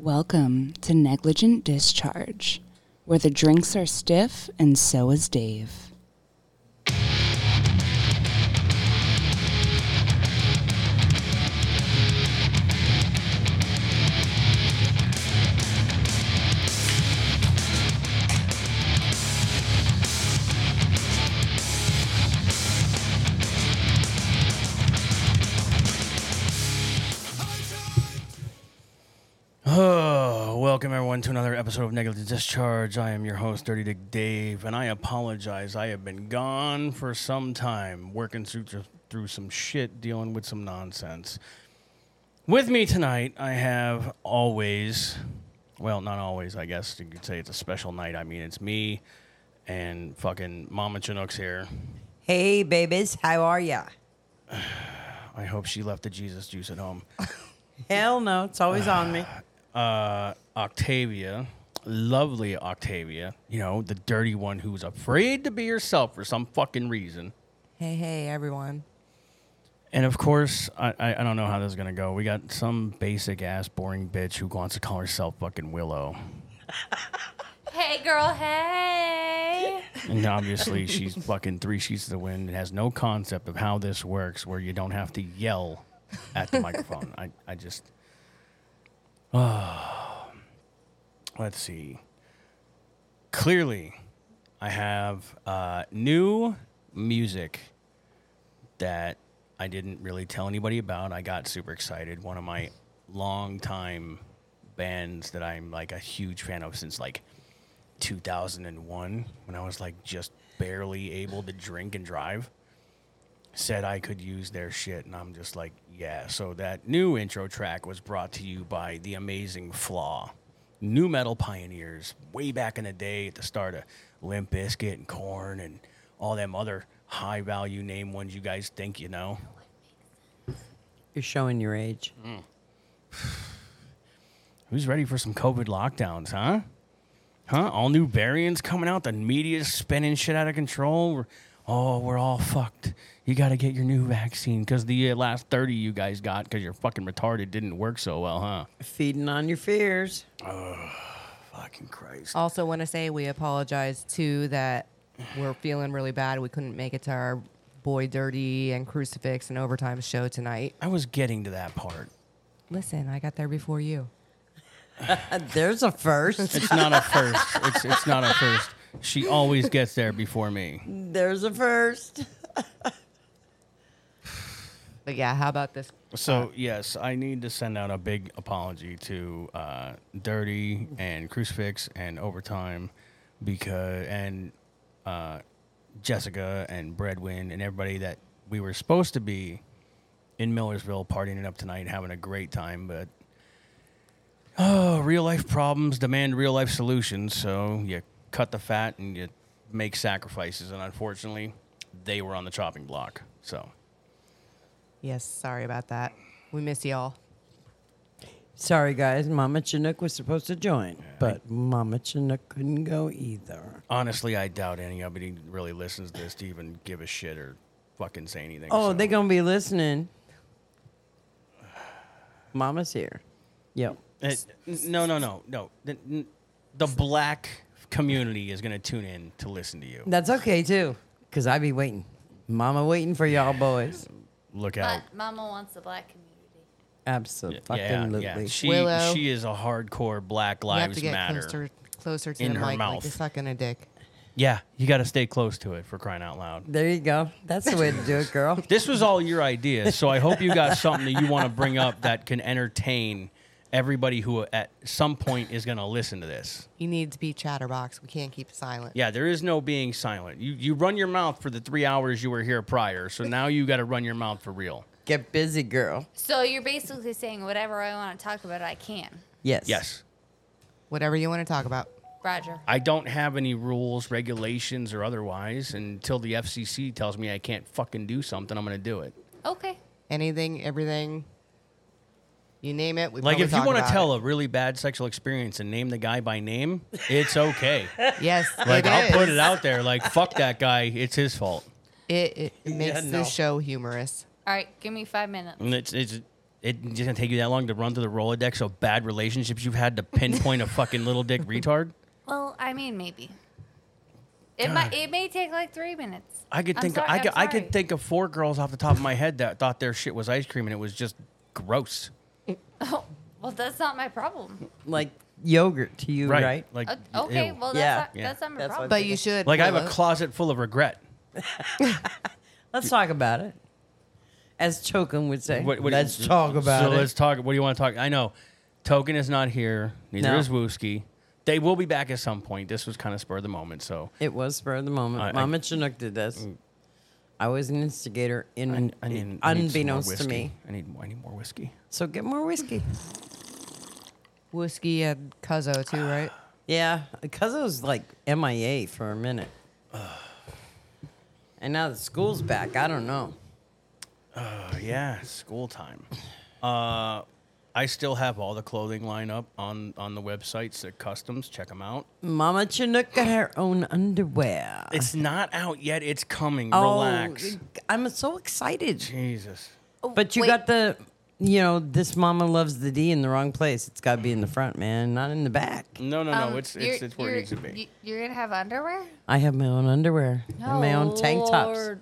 Welcome to Negligent Discharge, where the drinks are stiff and so is Dave. Oh, welcome everyone to another episode of Negative Discharge. I am your host, Dirty Dick Dave, and I apologize. I have been gone for some time, working through through some shit, dealing with some nonsense. With me tonight, I have always, well, not always, I guess you could say it's a special night. I mean, it's me and fucking Mama Chinook's here. Hey, babies, how are ya? I hope she left the Jesus juice at home. Hell no, it's always on me. uh, Octavia, lovely Octavia, you know, the dirty one who's afraid to be herself for some fucking reason. Hey, hey, everyone. And of course, I, I, I don't know how this is going to go. We got some basic ass, boring bitch who wants to call herself fucking Willow. Hey, girl, hey. And obviously, she's fucking three sheets to the wind and has no concept of how this works where you don't have to yell at the microphone. I, I just. let's see. Clearly, I have uh, new music that I didn't really tell anybody about. I got super excited. One of my longtime bands that I'm like a huge fan of since like 2001, when I was like just barely able to drink and drive, said I could use their shit. And I'm just like, yeah. So that new intro track was brought to you by The Amazing Flaw, new metal pioneers way back in the day at the start of Limp Bizkit and Corn and all them other high value name ones you guys think you know. You're showing your age. Who's ready for some COVID lockdowns, huh? Huh? All new variants coming out. The media's spinning shit out of control. We're, oh, we're all fucked. You got to get your new vaccine because the uh, last 30 you guys got because you're fucking retarded didn't work so well, huh? Feeding on your fears. Fucking Christ. Also, want to say we apologize too that we're feeling really bad. We couldn't make it to our boy dirty and crucifix and overtime show tonight. I was getting to that part. Listen, I got there before you. Uh, There's a first. It's not a first. it's, it's not a first. She always gets there before me. There's a first. But yeah, how about this? So, yes, I need to send out a big apology to uh, Dirty and Crucifix and Overtime because, and uh, Jessica and Breadwin and everybody that we were supposed to be in Millersville partying it up tonight, and having a great time, but oh, real life problems demand real life solutions. So you cut the fat and you make sacrifices, and unfortunately, they were on the chopping block. So Yes, sorry about that. We miss y'all. Sorry, guys. Mama Chinook was supposed to join, but Mama Chinook couldn't go either. honestly, I doubt anybody really listens to this to even give a shit or fucking say anything. Oh, so. they going to be listening. Mama's here. Yep. It- no, no, no, no. The, n- the black community is going to tune in to listen to you. That's okay, too, because I be waiting. Mama waiting for y'all boys. Look out. But Mama wants the black community. Absolutely. She, Willow. she is a hardcore Black you have to Lives get Matter. closer, closer to In the her mic. mouth. Like you're sucking a dick. Yeah, you got to stay close to it for crying out loud. There you go. That's the way to do it, girl. This was all your idea, so I hope you got something that you want to bring up that can entertain everybody who at some point is going to listen to this. You need to be chatterbox. We can't keep silent. Yeah, there is no being silent. You you run your mouth for the 3 hours you were here prior, so now you got to run your mouth for real. Get busy, girl. So you're basically saying whatever I want to talk about, I can. Yes. Yes. Whatever you want to talk about. Roger. I don't have any rules, regulations, or otherwise until the FCC tells me I can't fucking do something. I'm gonna do it. Okay. Anything, everything. You name it. We Like probably if you talk want to about tell a really bad sexual experience and name the guy by name, it's okay. it. Yes, like it I'll put is. it out there. Like fuck that guy. It's his fault. It, it makes no. the show humorous. Mm. All right. Give me five minutes. And it's it's It doesn't take you that long to run through the Rolodex of bad relationships you've had to pinpoint a fucking little dick retard. Well, I mean, maybe. It might. It may take like three minutes. I could I'm think sorry, I I'm could I sorry. could think of four girls off the top of my head that thought their shit was ice cream and it was just gross. Well, that's not my problem. Like yogurt to you, right? Like O- Okay. ew. Well, that's Yeah. not, Yeah. that's not my That's what- problem. But you should. like I have a Willow. closet full of regret. Let's talk about it. As Chokin would say, What- what- let's talk about So it. let's talk. What do you want to talk? I know, Token is not here. Neither No. is Wooski. They will be back at some point. This was kind of spur of the moment. So it was spur of the moment. I- I- Mama Chinook did this. I was an instigator, in, I, I need I need some more unbeknownst to whiskey. me. I need I need more whiskey. So get more whiskey. whiskey and Cuzzo too, right? Yeah, because it was like MIA for a minute. And now the school's back. I don't know. Oh yeah, school time. Uh, I still have all the clothing line up on on the websites at Customs. Check them out. Mama Chinook got her own underwear. It's not out yet. It's coming. Oh, Relax. I'm so excited. Jesus. But you Oh, Wait. got the, you know, this mama loves the D in the wrong place. It's got to be in the front, man, not in the back. No, no, no. Um, it's you're- it's, it's where it you're- needs to be. you- You're gonna have underwear? I have my own underwear and my own tank tops. Lord.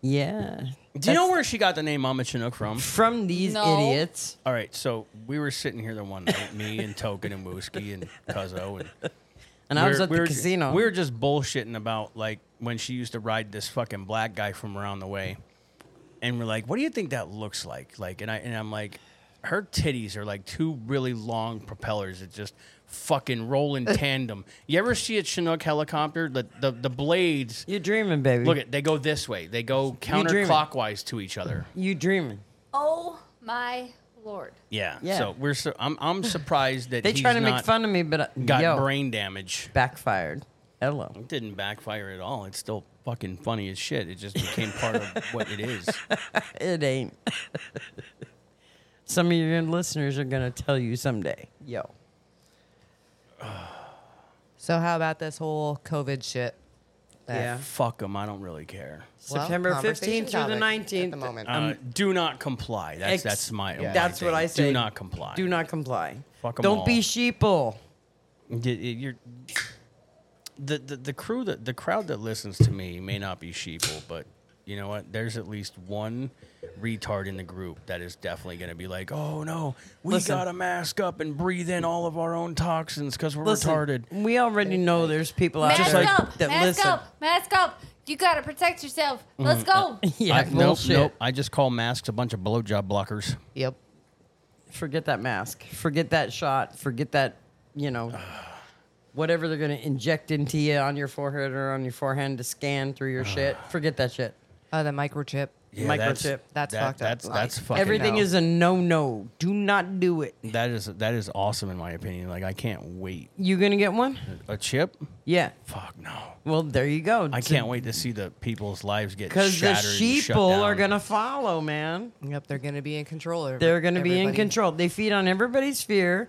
Yeah. Do you know where she got the name Mama Chinook from? From these No. idiots. All right, so we were sitting here the one night, me and Token and Wooski and Cuzzo, and And I was we're- at we're the ju- casino. we were just bullshitting about like when she used to ride this fucking black guy from around the way, and we're like, "What do you think that looks like?" Like, and I and I'm like, "Her titties are like two really long propellers that just fucking roll in tandem." You ever see a Chinook helicopter? The the, the blades You're dreaming, baby. look at they go this way. They go dreaming. counterclockwise to each other. You dreaming. Oh my lord! Yeah. Yeah. So we're so I'm I'm surprised that They he's trying to make not- fun of me, but I, got yo, brain damage. backfired. Hello. It didn't backfire at all. It's still fucking funny as shit. It just became part of what it is. It ain't. Some of your listeners are gonna tell you someday. Yo. So how about this whole COVID shit? that- Yeah. Fuck them. I don't really care. Well, September conversation fifteenth through the topic nineteenth. At the moment. Uh, do not comply. That's Um, Ex- that's my. my That's what thing. I say. Do not comply. Do not comply. Fuck 'em Don't all. be sheeple. Y- y- You're. The, the, the crew that the crowd that listens to me may not be sheeple, but you know what? There's at least one retard in the group that is definitely going to be like, "Oh no, we Listen. got to mask up and breathe in all of our own toxins because we're Listen, retarded." We already know there's people out Mask there up! that Mask listen. up! Mask up! You gotta protect yourself. Let's go. Yeah, I, nope, bullshit. nope. I just call masks a bunch of blowjob blockers. yep. Forget that mask. Forget that shot. Forget that, you know, whatever they're gonna inject into you on your forehead or on your forehand to scan through your shit. Forget that shit. Oh, the microchip. Microchip. that- That's fucked up. That's Like, that's fucking. Everything no. is a no no. Do not do it. that is that is awesome in my opinion. Like I can't wait. You gonna get one? A chip? Yeah. Fuck no. Well, there you go. I can't wait to see the people's lives get Because the shattered. and shut sheeple are down. gonna follow, man. Yep, they're going to be in control. of They're gonna be in everybody. control. They feed on everybody's fear.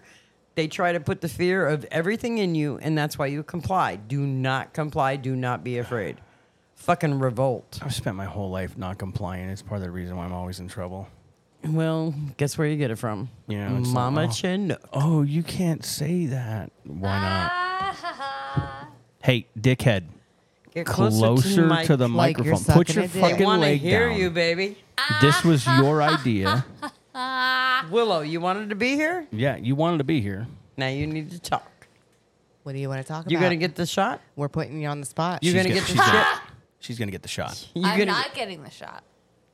They try to put the fear of everything in you, and that's why you comply. Do not comply. Do not be afraid. Fucking revolt. I've spent my whole life not complying. It's part of the reason why I'm always in trouble. Well, guess where you get it from? Yeah, it's not- Mama oh. Chinook. Oh, you can't say that. Why not? Ah, Hey, dickhead. Get Closer, to, my- the like you're microphone. Put sucking your a dick. fucking wanna leg hear down. you, baby. this was your idea. Willow, you wanted to be here. Yeah, you wanted to be here. Now you need to talk. What do you want to talk You're about? gonna get the shot. We're putting you on the spot. You're She's gonna gonna- get the she's gonna- shot. She's gonna get the shot. You're I'm gonna- not getting the shot.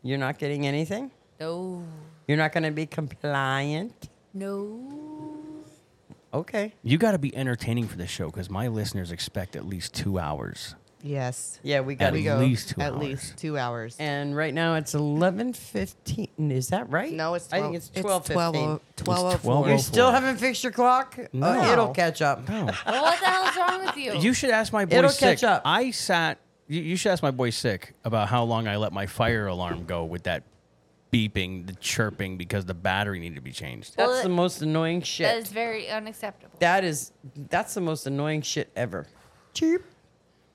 You're not getting anything. No. You're not gonna be compliant. No. Okay. You got to be entertaining for this show because my listeners expect at least two hours. yes. Yeah, we got At to We go. go least two at hours. least two hours. And right now it's eleven fifteen. Is that right? no, it's oh, 12, I think it's twelve fifteen. It's 12 12. You Go still for it. haven't fixed your clock? No. Uh, it'll catch up. No, Well, what the hell's wrong with you? you should ask my boy. It'll sick. catch up. I sat. You, you should ask my boy sick about how long I let my fire alarm go with that beeping, the chirping because the battery needed to be changed. That's Well, the most annoying shit. that is very unacceptable. that is that's the most annoying shit ever. Chirp,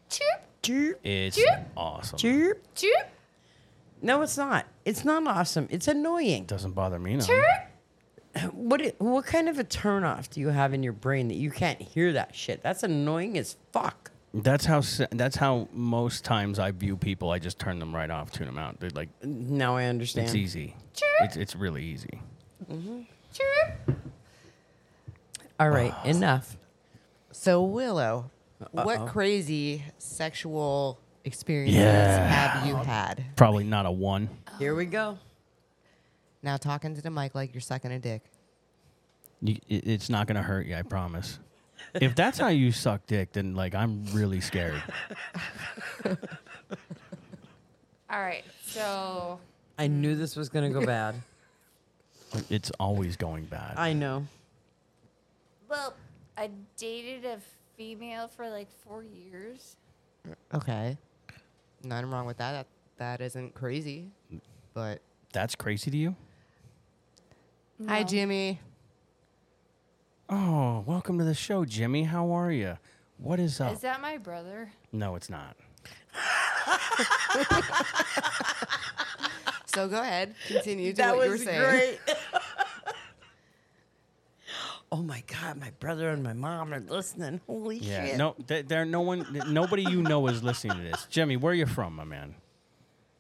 Chirp, chirp, It's Chirp. awesome. chirp. chirp. No, it's not. It's not awesome. It's annoying. Doesn't bother me. None. What i- what kind of a turnoff do you have in your brain that you can't hear that shit? That's annoying as fuck. That's how. s- That's how most times I view people. I just turn them right off, tune them out. They're like, Now I understand. it's easy. It's it's really easy. All right, enough. So Willow, what crazy sexual experiences Yeah. have you had? Probably not a one. Here we go. Now talking to the mic like you're sucking a dick. You, it, it's not gonna hurt you. I promise. If that's how you suck dick, then like I'm really scared. All right. So I knew this was gonna go bad. It's always going bad. I know. well, I dated a female for like four years. Okay. Nothing wrong with that. That, that isn't crazy. But that's crazy to you? hi, Jimmy. Oh, welcome to the show, Jimmy. How are you? What is Oh. up? Is that my brother? no, it's not. So go ahead, continue to That what you were was saying. great. oh my god, my brother and my mom are listening. Holy Yeah. shit! No, th- there no one th- nobody you know is listening to this. Jimmy, where are you from, my man?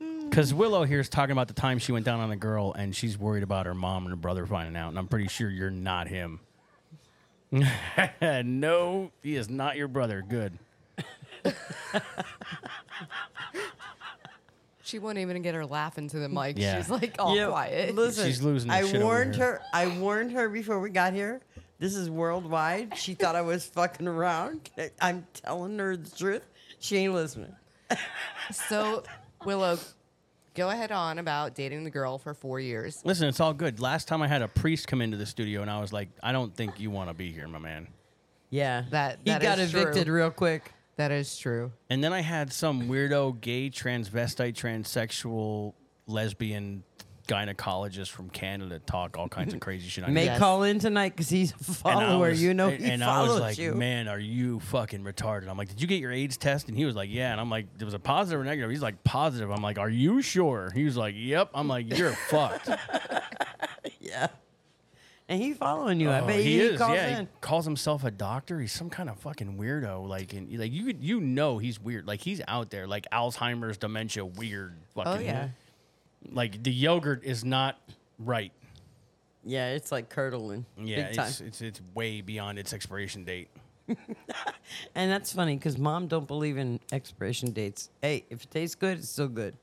Hmm. Cuz Willow here is talking about the time she went down on a girl and she's worried about her mom and her brother finding out, and I'm pretty sure you're not him. no, he is not your brother. Good. She won't even get her laugh into the mic. Yeah. She's like all Yeah, quiet. Listen, She's losing her I shit over warned here. her. I warned her before we got here. This is worldwide. She thought I was fucking around. I'm telling her the truth. She ain't listening. So Willow, go ahead on about dating the girl for four years. Listen, it's all good. Last time I had a priest come into the studio and I was like, I don't think you want to be here, my man. Yeah, That- he that got is evicted true. real quick. that is true. And then I had some weirdo gay transvestite transsexual lesbian gynecologist from Canada talk all kinds of crazy shit. I May Yes. call in tonight because he's a And I follower. was- you know, and, he and I follows was like, you. "Man, are you fucking retarded?" I'm like, "Did you get your AIDS test?" And he was like, "Yeah." And I'm like, "There was a positive or negative?" He's like, "Positive." I'm like, "Are you sure?" He was like, "Yep." I'm like, "You're fucked." Yeah, and he following you. I Oh, bet he, is. Calls yeah, he in. calls himself a doctor. He's some kind of fucking weirdo. Like, and like you could, you know, he's weird. Like he's out there, like Alzheimer's, dementia, weird. Fucking, Oh yeah. Like the yogurt is not right. Yeah, it's like curdling. Yeah, big time. it's, it's it's way beyond its expiration date. And that's funny because mom don't believe in expiration dates. Hey, if it tastes good, it's still good.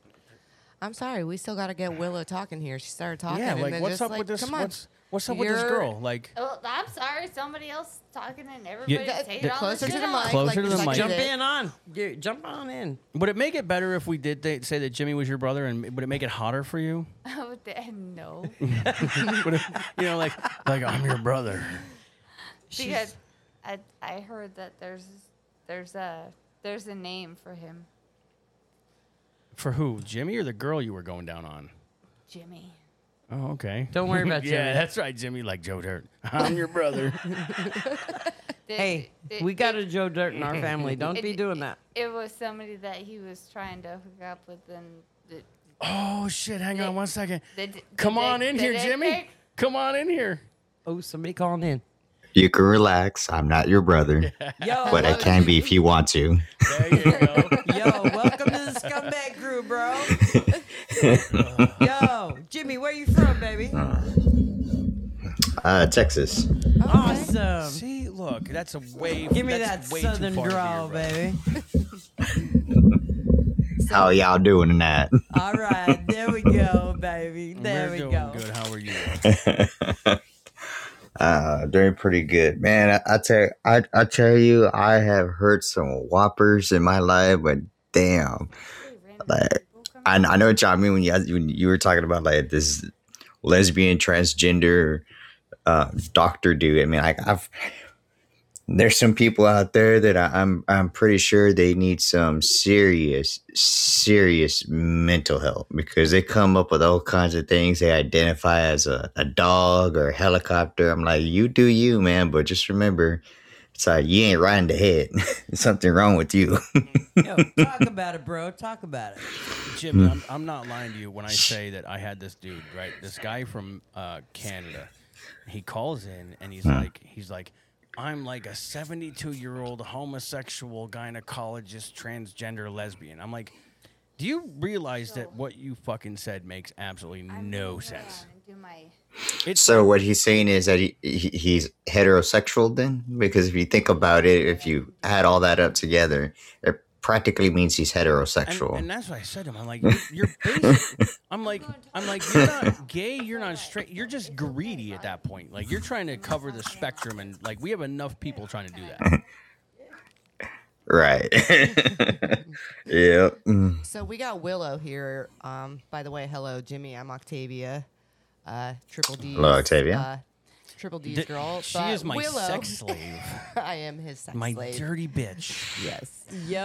I'm sorry, we still got to get Willow talking here. She started talking. Yeah, and like then what's just up like, with this? Come on. What's what's up with this You're- girl? Like, Oh, I'm sorry. Somebody else talking and everybody Yeah, taking the- all Closer the to shit the out. mic. Closer like to you're the sucking mic. a Jump dick. in on. Dude, jump on in. would it make it better if we did th- say that Jimmy was your brother, and would it make it hotter for you? Oh, da- no. Would it- you know, like like I'm your brother. because I, I heard that there's there's a there's a name for him, For who? Jimmy or the girl you were going down on? Jimmy. Oh, okay. Don't worry about yeah, Jimmy. that's right, Jimmy. Like Joe Dirt. I'm your brother. The- Hey, the- we got it- a Joe Dirt in our family. Don't it- be doing that. It was somebody that he was trying to hook up with, and the, oh shit! Hang on one second. the d- the Come on dick- in the here, dick Jimmy. pic. Come on in here. Oh, somebody calling in. You can relax. I'm not your brother, Yo, but I wel- can be if you want to. There you go. Yo, welcome to the Scumbag Crew, bro. Yo, Jimmy, where you from, baby? Uh-huh. Uh, Texas. Awesome. See, look, that's a way. Give me that's that way too southern far to be your drawl, brother. baby. How y'all doing tonight? All right, there we go, baby. There We're we doing go. good. How are you? Uh, doing pretty good, man. I, I tell I, I tell you, I have heard some whoppers in my life, but damn, like I, I know what y'all mean when you when you were talking about like this lesbian transgender uh, doctor dude. I mean, like I've there's some people out there that I, I'm I'm pretty sure they need some serious serious mental health because they come up with all kinds of things they identify as a, a dog or a helicopter. I'm like, you do you, man, but just remember It's like you ain't riding the head. There's something wrong with you. Yo, talk about it, bro. Talk about it. Jimmy, I'm, I'm not lying to you when I say that I had this dude, right? This guy from uh, Canada. He calls in and he's like, he's like, I'm like a 72 year old homosexual gynecologist, transgender lesbian. I'm like, do you realize that what you fucking said makes absolutely no sense? Do my so what he's saying is that he, he, he's heterosexual then, because if you think about it, if you add all that up together, it practically means he's And, heterosexual. and that's what I said to him. I'm like, "You- you're basic. I'm like, I'm like, you're not gay. You're not straight. You're just greedy at that point. Like, you're trying to cover the spectrum, and like, we have enough people trying to do that. right. yeah. Mm. So we got Willow here. Um, by the way, hello, Jimmy. I'm Octavia. Uh, Triple D. Hello, Octavia. Uh, Triple D's Th- girl. she but is my Willow, sex slave. I am his sex My slave. dirty bitch. yes. Yo,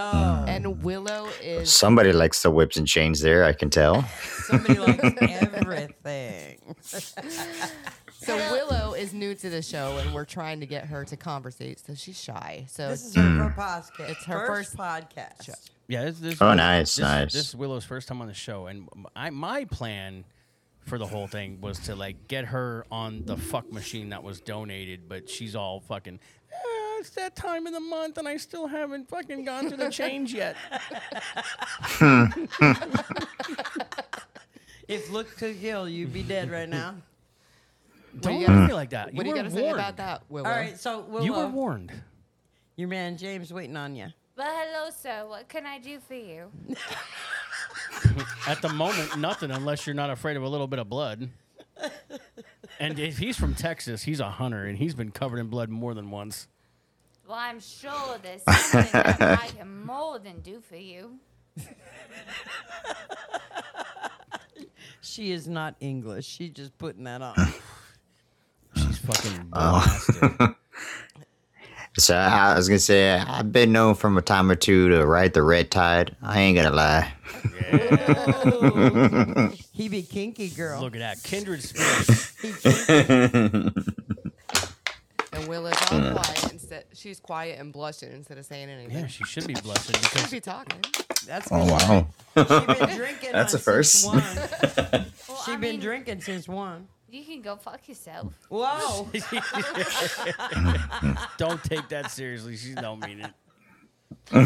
And Willow is Somebody likes the whips and chains there, I can tell. somebody likes everything. so Willow is new to the show, and we're trying to get her to conversate. So she's shy. So This is Mm. her podcast. It's her first podcast. Yeah. This, this, Oh, nice, this- nice. This is Willow's first time on the show, and I, my plan for the whole thing was to like get her on the fuck machine that was donated, but she's all fucking. "Ah, It's that time of the month, and I still haven't fucking gone through the change yet. If look could kill, you'd be dead right now. Don't you look gotta at me like that. what do were you got to say warned. about that, Willow? All right, so Willow, You were warned. your man James waiting on you. Well, hello, sir. What can I do for you? At the moment, nothing unless you're not afraid of a little bit of blood. And if he's from Texas, he's a hunter, and he's been covered in blood more than once. Well, I'm sure there's something that I can more than do for you. She is not English. She just putting that on. She's fucking blasted. So I, I was gonna say I've been known from a time or two to ride the red tide. I ain't gonna lie. he be kinky girl. Look at that. Kindred spirits. And Willow's all Mm. quiet. Instead, she's quiet and blushing instead of saying anything. Yeah, she should be blessed because She'd be talking. That's Oh wow. she been drinking. That's on a first. since one. Well, She I been mean, drinking since one. you can go fuck yourself. Whoa. don't take that seriously. She don't mean it. She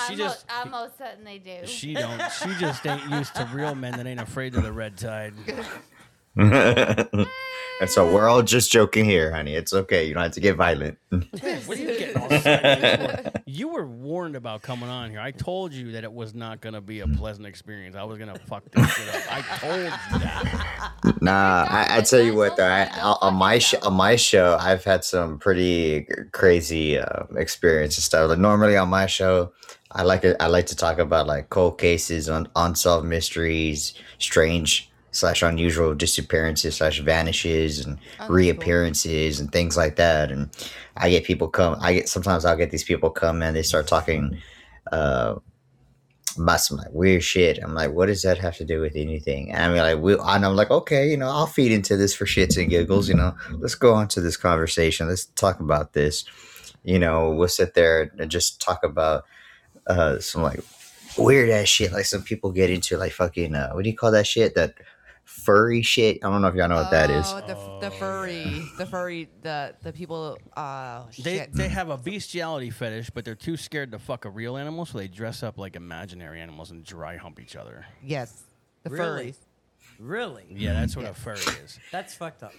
I, mo- just I most certainly do. she don't she just ain't used to real men that ain't afraid of the red tide. And so we're all just joking here, honey. It's okay. You don't have to get violent. What are you getting all excited for? You were warned about coming on here. I told you that it was not going to be a pleasant experience. I was going to fuck this shit up. I told you that. Nah, I, I tell you what though, I, I, on my sh- on my show, I've had some pretty c- crazy uh, experiences stuff. Like normally on my show, I like it, I like to talk about like cold cases, un- unsolved mysteries, strange slash unusual disappearances slash vanishes and reappearances and things like that. And I get people come. I get sometimes I'll get these people come and they start talking. Uh, about some like weird shit. I'm like, what does that have to do with anything? And I'm like, we, and I'm like, okay, you know, I'll feed into this for shits and giggles. You know, let's go on to this conversation. Let's talk about this. You know, we'll sit there and just talk about uh, some like weird ass shit. Like some people get into like fucking uh, what do you call that shit? That furry shit. I don't know if y'all know what that is. Oh, the, f- the furry, the furry, the the people. Uh, They, shit. they have a bestiality fetish, but they're too scared to fuck a real animal, so they dress up like imaginary animals and dry hump each other. yes, the Really? furries. Really? Yeah, that's what a furry is. That's fucked up.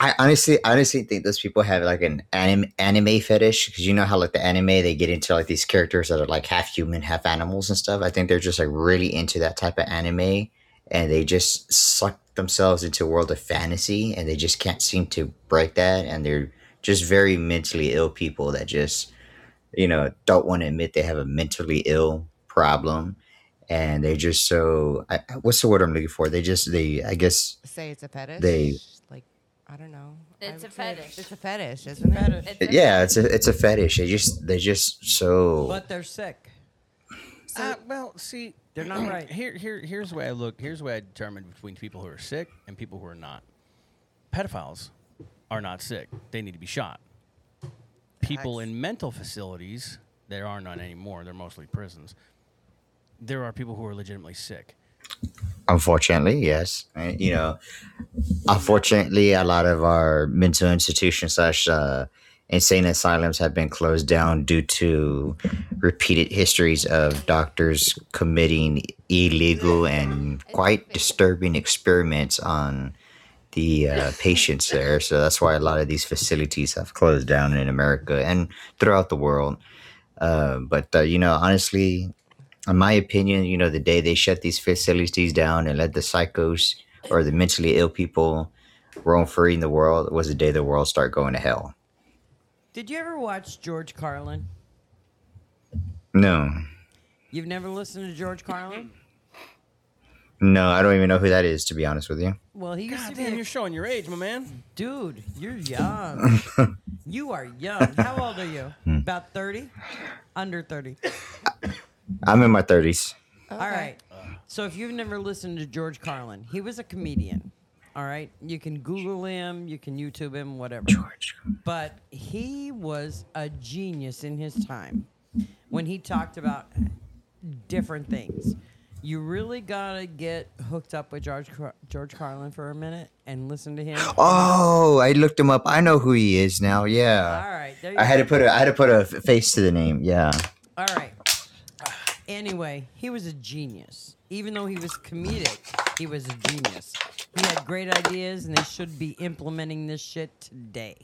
I honestly, I honestly think those people have like an anim- anime fetish because you know how like the anime they get into like these characters that are like half human, half animals and stuff. I think they're just like really into that type of anime, and they just suck themselves into a world of fantasy, and they just can't seem to break that. And they're just very mentally ill people that just you know don't want to admit they have a mentally ill problem, and they just so I, I- what's the word I'm looking for? They just they I guess Say it's a fetish. They- like, I don't know. I It's a would say fetish. It's a fetish, isn't it? It's a- Yeah, it's a it's a fetish. They just they just so But they're sick. Uh, well, see, they're not right. Here, here, here's the way I look. Here's the way I determine between people who are sick and people who are not. Pedophiles are not sick. They need to be shot. people in mental facilities, there are none anymore. They're mostly prisons. There are people who are legitimately sick. Unfortunately, yes. And, you know, unfortunately, a lot of our mental institutions slash uh, insane asylums have been closed down due to repeated histories of doctors committing illegal and quite disturbing experiments on the uh, patients there. So that's why a lot of these facilities have closed down in America and throughout the world. Uh, but, uh, you know, honestly, in my opinion, you know, the day they shut these facilities down and let the psychos or the mentally ill people roam free in the world was the day the world started going to hell. Did you ever watch George Carlin? No, You've never listened to George Carlin? no, I don't even know who that is, to be honest with you. Well, he used God to be damn, a you're showing your age, my man. Dude, you're young. you are young. How old are you? About 30? Under 30. I'm in my 30s. All right. So if you've never listened to George Carlin, he was a comedian. All right. You can Google him, you can YouTube him, whatever. George. But he was a genius in his time when he talked about different things. You really gotta get hooked up with George Car- George Carlin for a minute and listen to him. Oh, I looked him up. I know who he is now. All Yeah. right, there you I had go. to put a I had to put a f- face to the name. Yeah. All right. Anyway, he was a genius. Even though he was comedic, he was a genius. He had great ideas, and they should be implementing this shit today.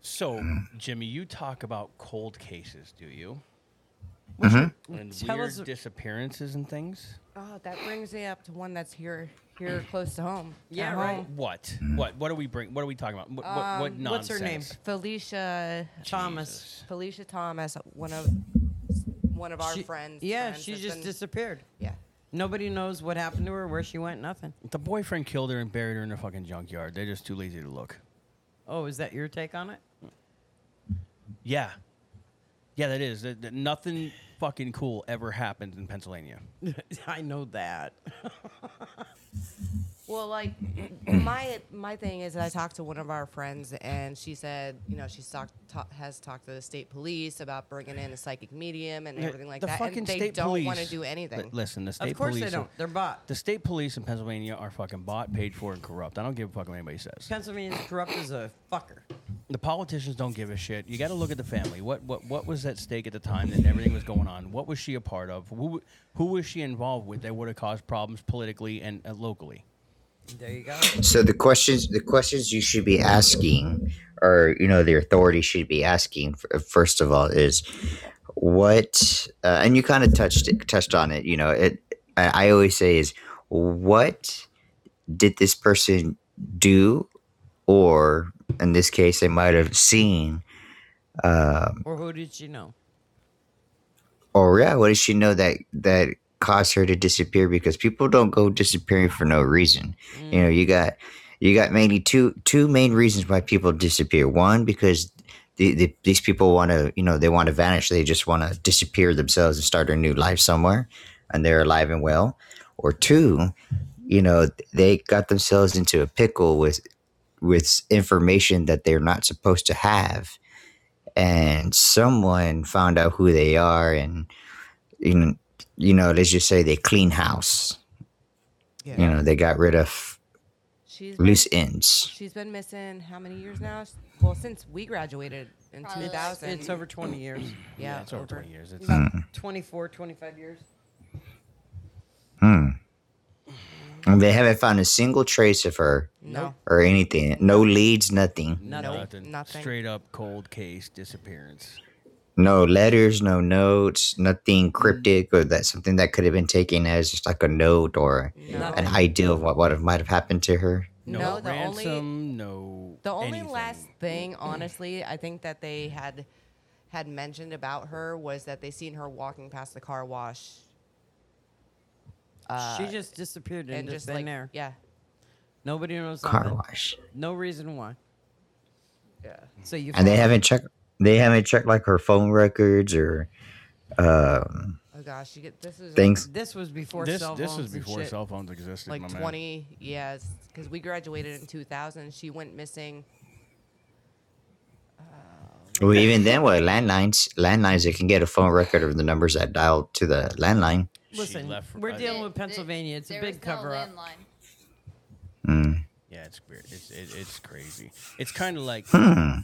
So, Jimmy, you talk about cold cases, do you? And Tell weird us- disappearances and things. Oh, that brings me up to one that's here, here close to home. Yeah, At right. home. What? What? What are we bring? What are we talking about? What, what, what Um, what's her name? nonsense? Felicia, Thomas. Felicia Thomas, one of one of our She- friends. Yeah, friends she has just been- disappeared. Yeah. Nobody knows what happened to her, where she went, nothing. The boyfriend killed her and buried her in a fucking junkyard. They're just too lazy to look. Oh, is that your take on it? Yeah, yeah, that is. That, that nothing fucking cool ever happens in Pennsylvania. I know that. Well, like my my thing is, that I talked to one of our friends, and she said, you know, she's talked ta- has talked to the state police about bringing in a psychic medium and everything like the that, fucking and they state don't want to police- do li- anything. listen, the state of course police. they are- don't. They're bought. the state police in Pennsylvania are fucking bought, paid for, and corrupt. I don't give a fuck what anybody says. Pennsylvania's corrupt as a fucker. the politicians don't give a shit. You got to look at the family. What what what was at stake at the time that everything was going on? What was she a part of? Who who was she involved with that would have caused problems politically and uh, locally? There you go. So the questions the questions you should be asking or you know the authority should be asking f- first of all is what uh, and you kind of touched it, touched on it, you know, it I, I always say is what did this person do or in this case they might have seen Or who did she know? or Oh, yeah, what does she know that that caused her to disappear? Because people don't go disappearing for no reason. You know, you got you got mainly two two main reasons why people disappear. One because the, the, these people want to you know they want to vanish. They just want to disappear themselves and start a new life somewhere, and they're alive and well. Or two, you know, they got themselves into a pickle with with information that they're not supposed to have and someone found out who they are and you know, you know let's just say they clean house you know they got rid of She's been- loose ends she's been missing how many years now? Well, since we graduated in Probably two like- thousand. It's over 20 years. Yeah, it's over twenty years. It's, Mm. About 24, 25 years. and they haven't found a single trace of her No. or anything no leads nothing Nothing. nothing. Straight up cold case disappearance. no letters no notes nothing cryptic or that something that could have been taken as just like a note or an idea of what, what might have happened to her No, No, the only- ransom. no. The only anything. last thing, honestly, I think that they had had mentioned about her was that they seen her walking past the car wash she just disappeared and into just thin like air. yeah, Nobody knows. car nothing. wash No reason why. Yeah. So you and they find- haven't checked they haven't checked like her phone records or Oh gosh, you get this is things This was before This cell this phones was before and shit. cell phones existed. like my man. 20 yes because we graduated in 2000 she went missing Well, even then, with landlines, landlines, they can get a phone record of the numbers that dialed to the landline. She Listen, left for- we're uh, dealing It- with it- Pennsylvania. It's a there big was no cover up. landline. Mm. Yeah, it's weird. It's it, it's crazy. It's kind of like Hmm.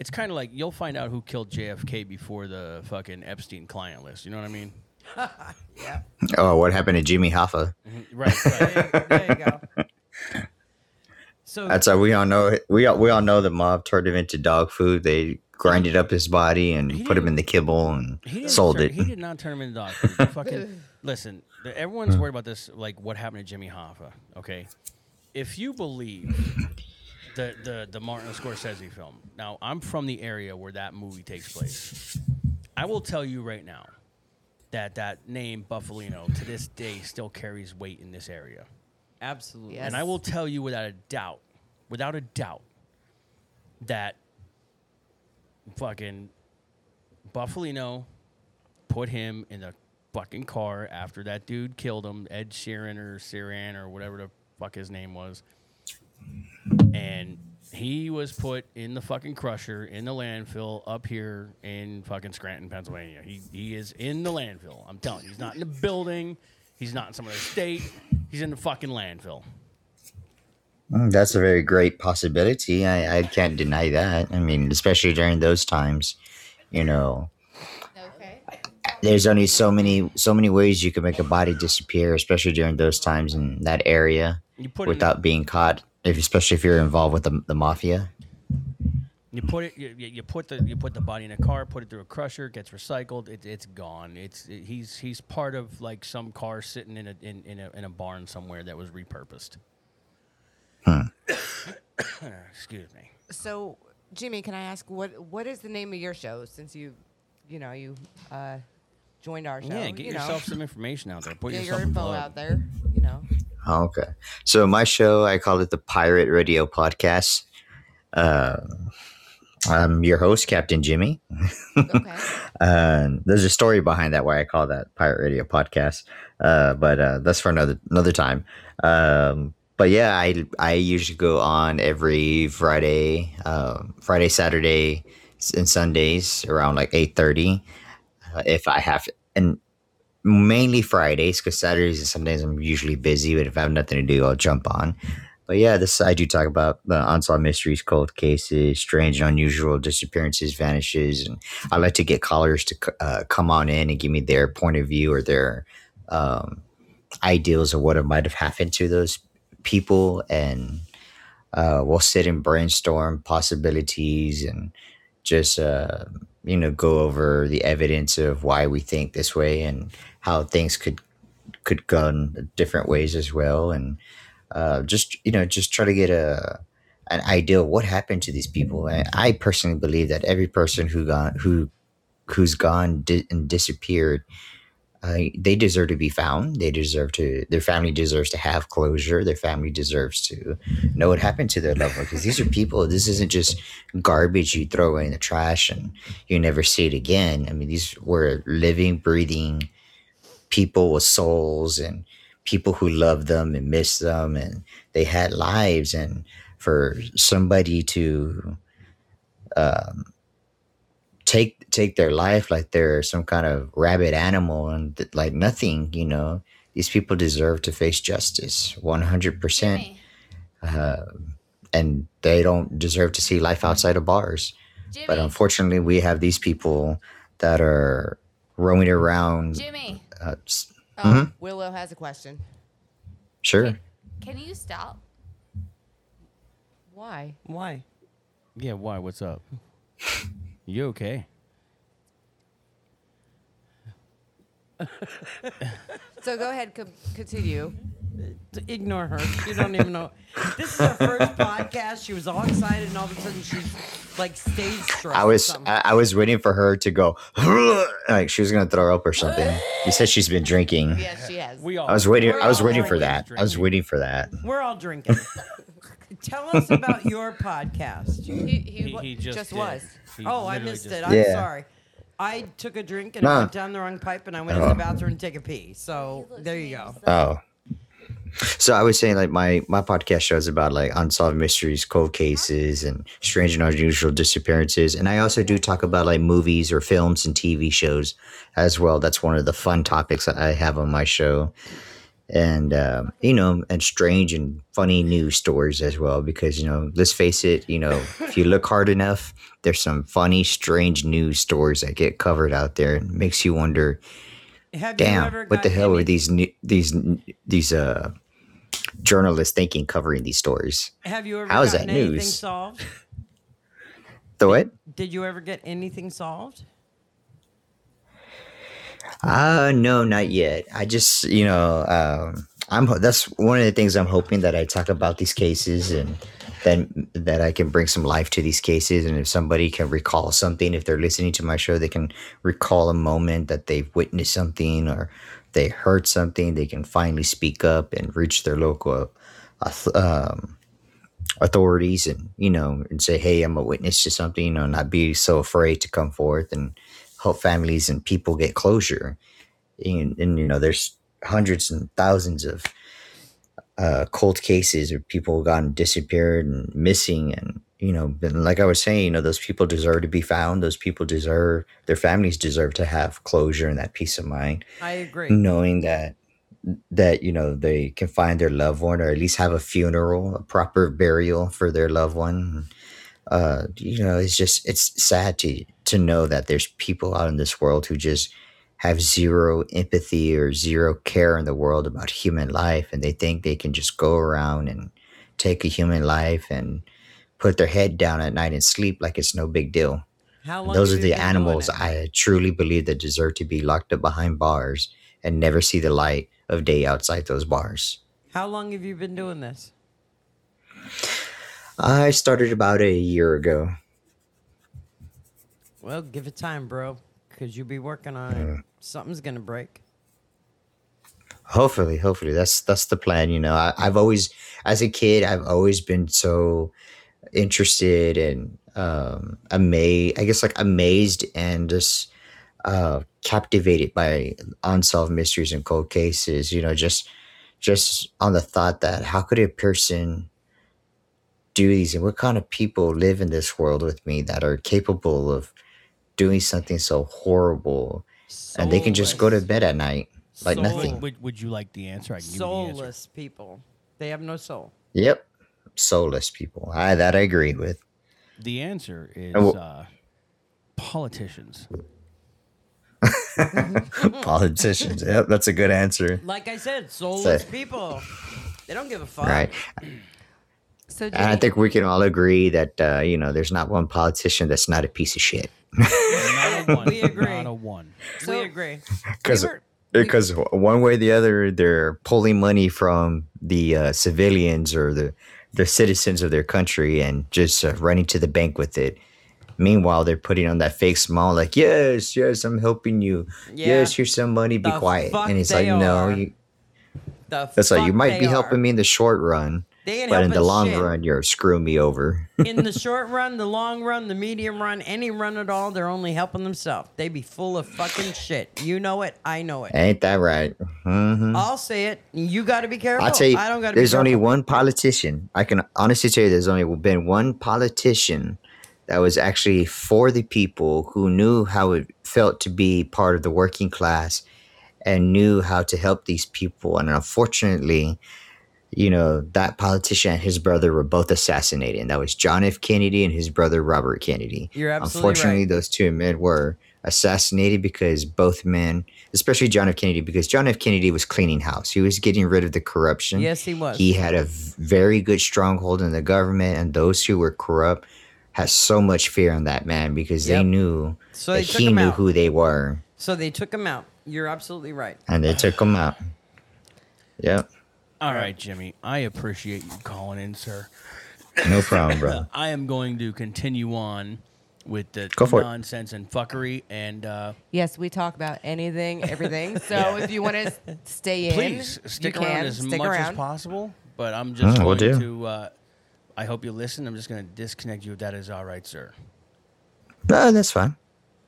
it's kind of like you'll find out who killed JFK before the fucking Epstein client list. You know what I mean? Oh, what happened to Jimmy Hoffa? Right. right. There, there you go. So That's how we all know. We all, we all know the mob turned him into dog food. They grinded up his He body and put him in didn't- the kibble and He didn't sold turn- it. He did not turn him into dog food. You fucking listen. the- Everyone's worried about this, like what happened to Jimmy Hoffa. Okay, if you believe the the the Martin Scorsese film. Now, I'm from the area where that movie takes place. I will tell you right now that that name Buffalino to this day still carries weight in this area, absolutely, Yes. and I will tell you without a doubt, without a doubt, that fucking Buffalino put him in the fucking car after that dude killed him, Ed Sheeran or Syrian or whatever the fuck his name was. And he was put in the fucking crusher in the landfill up here in fucking Scranton, Pennsylvania. He he is in the landfill. I'm telling you, he's not in the building. He's not in some other state. He's in the fucking landfill. Mm, That's a very great possibility. I, I can't deny that. I mean, especially during those times, you know, Okay. there's only so many so many ways you can make a body disappear, especially during those times in that area You put it in- without being caught. If especially if you're involved with the, the mafia. You put it. You, you you put the you put the body in a car. Put it through a crusher. Gets recycled. It, it's gone. It's it- he's he's part of like some car sitting in a in, in a in a barn somewhere that was repurposed. Excuse me. So, Jimmy, can I ask what what is the name of your show since you, you know, you uh, joined our show? yeah, get you know, yourself some information out there. Put get yourself your in info plug. out there. You know, Oh, okay. So my show, I call it the Pirate Radio Podcast. Uh, I'm your host, Captain Jimmy. okay. Uh, there's a story behind that why I call that Pirate Radio Podcast, uh, but uh, that's for another another time. Um, but yeah, I I usually go on every Friday, um, Friday, Saturday, s- and Sundays around like eight thirty, uh, if I have and mainly Fridays because Saturdays and Sundays I'm usually busy, but if I have nothing to do, I'll jump on. But yeah, this I do talk about the unsolved mysteries, cold cases, strange and unusual disappearances, vanishes, and I like to get callers to c- uh, come on in and give me their point of view or their um, ideals of what might have happened to those people, and uh, we'll sit and brainstorm possibilities and just uh, you know go over the evidence of why we think this way and how things could could go in different ways as well, and uh, just you know just try to get a an idea of what happened to these people. And I personally believe that every person who gone who who's gone di- and disappeared, uh, they deserve to be found. They deserve to. Their family deserves to have closure. Their family deserves to know what happened to their loved one. Because these are people. This isn't just garbage you throw away in the trash and you never see it again. I mean, these were living, breathing people with souls and people who loved them and missed them, and they had lives and for somebody to um, take take their life like they're some kind of rabid animal and th- like nothing you know these people deserve to face justice 100% Jimmy, uh, and they don't deserve to see life outside of bars Jimmy, but unfortunately we have these people that are roaming around Jimmy, uh, s- Um, Willow has a question. sure can you stop? Why? Why? Yeah. Why? What's up? You okay? So go ahead, co- continue. D- Ignore her. You don't even know. This is her first podcast. She was all excited, and all of a sudden she's like stage stressed. I or was something. I, I was waiting for her to go like she was gonna throw up or something. You said she's been drinking. Yes, she has. We all. I was waiting. I was all waiting for drinking. that. I was waiting for that. We're all drinking. Tell us about your podcast. he, he, He, wa- he just, did. was. He Oh, I literally missed just it. did. I'm Yeah. sorry. I took a drink and I Nah. Uh-huh. went down the wrong pipe, and I went to Oh. the bathroom to take a pee. So there you go. Oh, So I was saying like my my podcast show is about like unsolved mysteries, cold cases, and strange and unusual disappearances. And I also do talk about like movies or films and TV shows as well. That's one of the fun topics that I have on my show. And um, you know, and strange and funny news stories as well, because you know, let's face it, you know, if you look hard enough, there's some funny, strange news stories that get covered out there. It makes you wonder, Have you damn, ever what the got hell any- were these new, these these uh journalists thinking covering these stories? Have you ever How is gotten that anything news? solved? The what? Did you ever get anything solved? Uh no, not yet. I just you know um, I'm ho- that's one of the things I'm hoping that I talk about these cases and then that I can bring some life to these cases and if somebody can recall something if they're listening to my show they can recall a moment that they've witnessed something or they heard something they can finally speak up and reach their local auth- um, authorities and you know and say hey i'm a witness to something you know not be so afraid to come forth and help families and people get closure and, and you know there's hundreds and thousands of uh, cold cases of people gone disappeared and missing and you know and like i was saying you know those people deserve to be found those people deserve their families deserve to have closure and that peace of mind I agree. knowing that that you know they can find their loved one or at least have a funeral a proper burial for their loved one uh you know it's just it's sad to to know that there's people out in this world who just have zero empathy or zero care in the world about human life and they think they can just go around and take a human life and put their head down at night and sleep like it's no big deal How and long those are have you the been doing animals it? I truly believe that deserve to be locked up behind bars and never see the light of day outside those bars. How long have you been doing this? I started about a year ago. Well, give it time, bro, because you'll be working on Uh-huh. it. Something's gonna break. Hopefully, hopefully that's that's the plan. You know, I, I've always, as a kid, I've always been so interested and um, amazed. I guess like amazed and just uh, captivated by unsolved mysteries and cold cases. You know, just just on the thought that how could a person do these and what kind of people live in this world with me that are capable of doing something so horrible and they can just go to Soulless. bed at night like Soulless. nothing. Would, would, would you like the answer? I can give you the answer. Soulless people. They have no soul. Yep. Soulless people. I that I agree with. The answer is Oh. uh, politicians. Hmm. Politicians. Yep, that's a good answer. Like I said, soulless people. They don't give a fuck. Right. So And I Jenny, think we can all agree that uh, you know, there's not one politician that's not a piece of shit. Not a one. We agree. Not a one. we agree. Because were- because one way or the other, they're pulling money from the uh, civilians or the the citizens of their country and just uh, running to the bank with it. Meanwhile, they're putting on that fake smile, like "Yes, yes, I'm helping you. Yeah. Yes, here's some money. Be The quiet." fuck And it's they like, no, are. you, The That's fuck like you might they be are. helping me in the short run, They ain't but in the helping long shit. run, you're screwing me over. In the short run, the long run, the medium run, any run at all, they're only helping themselves. They be full of fucking shit. You know it. I know it. Ain't that right? hmm I'll say it. You got to be careful. I tell you, I don't got to be there's careful. only one politician. I can honestly tell you, there's only been one politician that was actually for the people who knew how it felt to be part of the working class and knew how to help these people. And unfortunately, you know, that politician and his brother were both assassinated. And that was John F. Kennedy and his brother Robert Kennedy. You're absolutely Unfortunately, right. those two men were assassinated because both men, especially John F. Kennedy, because John F. Kennedy was cleaning house. He was getting rid of the corruption. Yes, he was. He had a v- very good stronghold in the government, and those who were corrupt had so much fear in that man because they Yep. knew So that they took he him knew out. who they were, So they took him out. You're absolutely right. and they took him out. Yep, All right, Jimmy. I appreciate you calling in, sir. no problem, brother. I am going to continue on with the Go for it. nonsense and fuckery, and uh, yes, we talk about anything, everything. So if you want to stay in, please stick you around can. as stick much around. as possible. But I'm just Mm, will going do. to. Uh, I hope you listen. I'm just going to disconnect you if that is all right, sir. No, that's fine.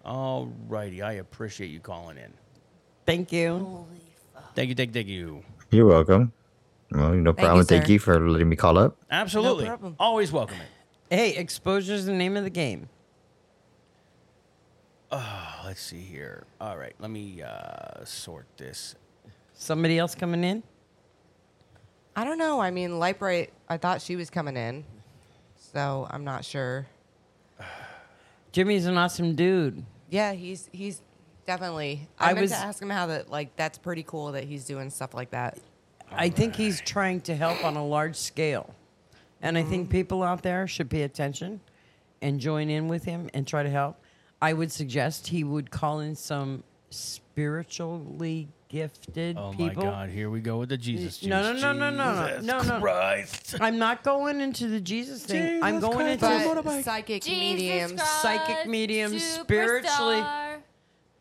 All righty. I appreciate you calling in. Thank you. Thank you. Thank, thank you. You're welcome. Well, no problem. you, Thank sir. you for letting me call up. Absolutely. problem. Always welcome it. Hey, exposure is the name of the game. Uh, Let's see here. All right, let me uh, sort this. Somebody else coming in? I don't know. I mean, Lightbright, I thought she was coming in, so I'm not sure. Jimmy's an awesome dude. Yeah, he's he's definitely. I I, meant was- to ask him how that like that's pretty cool that he's doing stuff like that. I think he's trying to help on a large scale. And I Mm. think people out there should pay attention and join in with him and try to help. I would suggest he would call in some spiritually gifted Oh people. my God! Here we go with the Jesus. juice. No, no, no, no, no, no, Jesus no, no. Christ. I'm not going into the Jesus thing. I'm Jesus going Christ, into I'm on a But psychic mediums. psychic mediums, spiritually- superstar.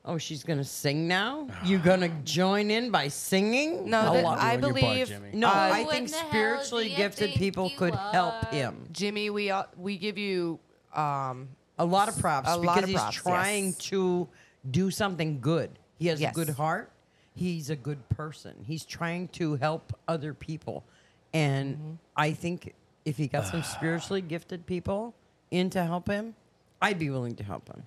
Oh, she's gonna sing now? You gonna join in by singing? No, I that- love- I Doing your part, believe Jimmy. no, uh, I Who in think the hell spiritually do you gifted think people you could help are? him. Jimmy, we all, we give you um A lot of props A because lot of props, he's trying yes. to do something good. He has Yes. a good heart. He's a good person. He's trying to help other people. And Mm-hmm. I think if he got some spiritually gifted people in to help him, I'd be willing to help him.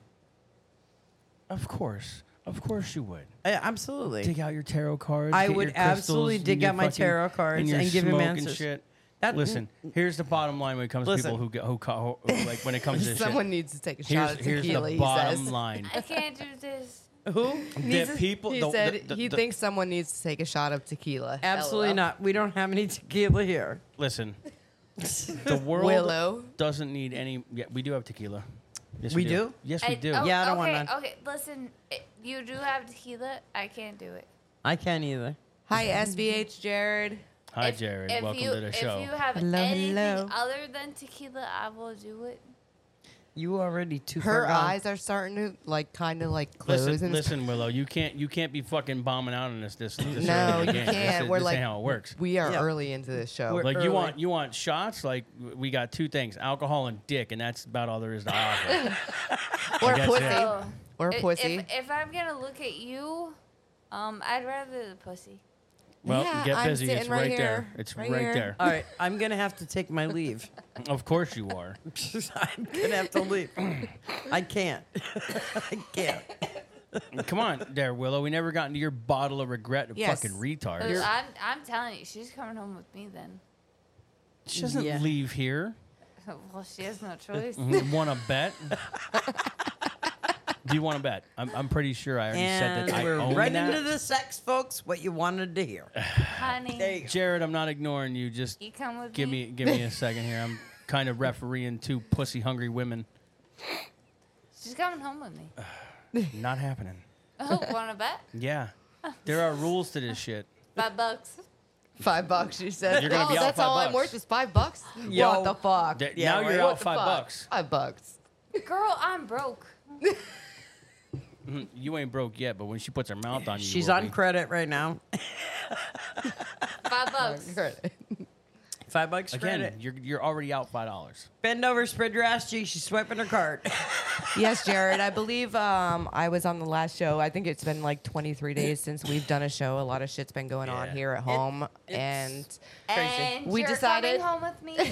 Of course, of course you would. Uh, absolutely. Dig out your tarot cards. I get your would absolutely crystals, dig and your out my fucking- tarot cards your and give him smoke answers. And shit. That- listen, here's the bottom line when it comes to Listen. people who get who, ca- who like when it comes to this someone shit. needs to take a shot Here's, of here's tequila. the he bottom says. line. I can't do this. Who? The people. He the- the- said the- he the- thinks someone needs to take a shot of tequila. Absolutely LOL. not. We don't have any tequila here. Listen, the world Willow. doesn't need any. Yeah, we do have tequila. Yes, We we, do? Yes, we I- do. oh, Yeah, I don't want okay, none. Okay, listen, it- you do have tequila. I can't do it. I can't either. Hi, SVH Jared. Hi, If- Jared. if Welcome you- to the show. If you have Hello, anything hello. other than tequila, I will do it. You already too far Her gone. eyes are starting to like kind of like close Listen, and listen, Willow. You can't, you can't be fucking bombing out on us this. this early No, in the you game. This can't. is- We're this like ain't how it works. We are Yeah. early into this show. We're- like early. you want, you want shots. Like we got two things: alcohol and dick, and that's about all there is to offer. or guess pussy. it. So, Or i- if, pussy. If, I'm gonna look at you, um, I'd rather the pussy. Well, Yeah, get I'm busy. It's sitting right right, there. here. It's right, Right here. there. All right, I'm gonna have to take my leave. Of course you are. I'm gonna have to leave. I can't. I can't. Come on, there, Willow. We never got into your bottle of regret. you Yes. Fucking Uh, retard. I'm, I'm telling you, she's coming home with me then. she doesn't Yeah. leave here. well, she has no choice. Want to bet? Do you want to bet? I'm, I'm pretty sure I already said And that I we're own right that. into the sex, folks. What you wanted to hear. Honey, Jared, I'm not ignoring you. Just you come with give me. me give me a second here. I'm kind of refereeing two pussy hungry women. She's coming home with me. Not happening. Oh, wanna bet? Yeah, there are rules to this shit. Five bucks. Five bucks, she said. You're gonna oh, be out that's five all I'm bucks. worth is five bucks. Yo. What the fuck? Th- now right. you're What out the five fuck? bucks. Five bucks. Girl, I'm broke. You ain't broke yet, but when she puts her mouth on you, She's will on be. credit right now. Five bucks. Good. Five bucks Again, credit. you're you're already out five dollars. Bend over, spread your ass cheeks. She's swiping her card. yes, Jared. I believe um, I was on the last show. I think it's been like 23 days since we've done a show. A lot of shit's been going on Yeah. here at home, it's- and And We you're decided- coming home with me.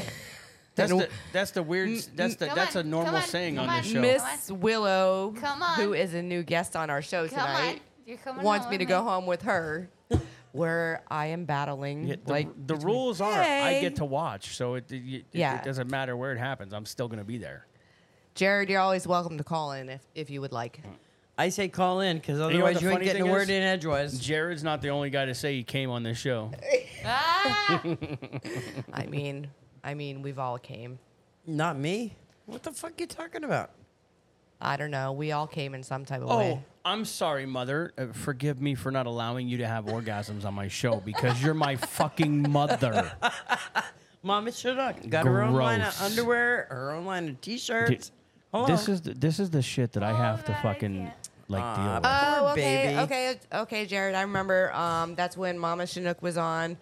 That's the that's the weird. That's the Come that's on, a normal come on, saying on come this on. show. Miss Willow, Come on. who is a new guest on our show Come on. tonight, You're coming wants home me with to go home with her, where I am battling Yeah, the, like the rules are I Hey. get to watch, so it, it, it- Yeah. it doesn't matter where it happens. I'm still gonna be there. Jared, you're always welcome to call in if, if you would like. I say call in because know what otherwise the you ain't funny getting a thing word is? in edgewise. Jared's not the only guy to say he came on this show. Ah! I mean, I mean, we've all came. Not me. What the fuck you talking about? I don't know. We all came in some type of way. Oh, I'm sorry, mother. Uh, forgive me for not allowing you to have orgasms on my show because you're my fucking mother. Mama shut up. Got her own line of Gross. underwear, her own line of t-shirts. Hello. This is the, this is the shit Oh, that I have to man, I fucking can't. like Ah. deal Uh, with. Oh, Poor okay, baby. okay, okay, Jared. I remember. Um, that's when Mama Chinook was on.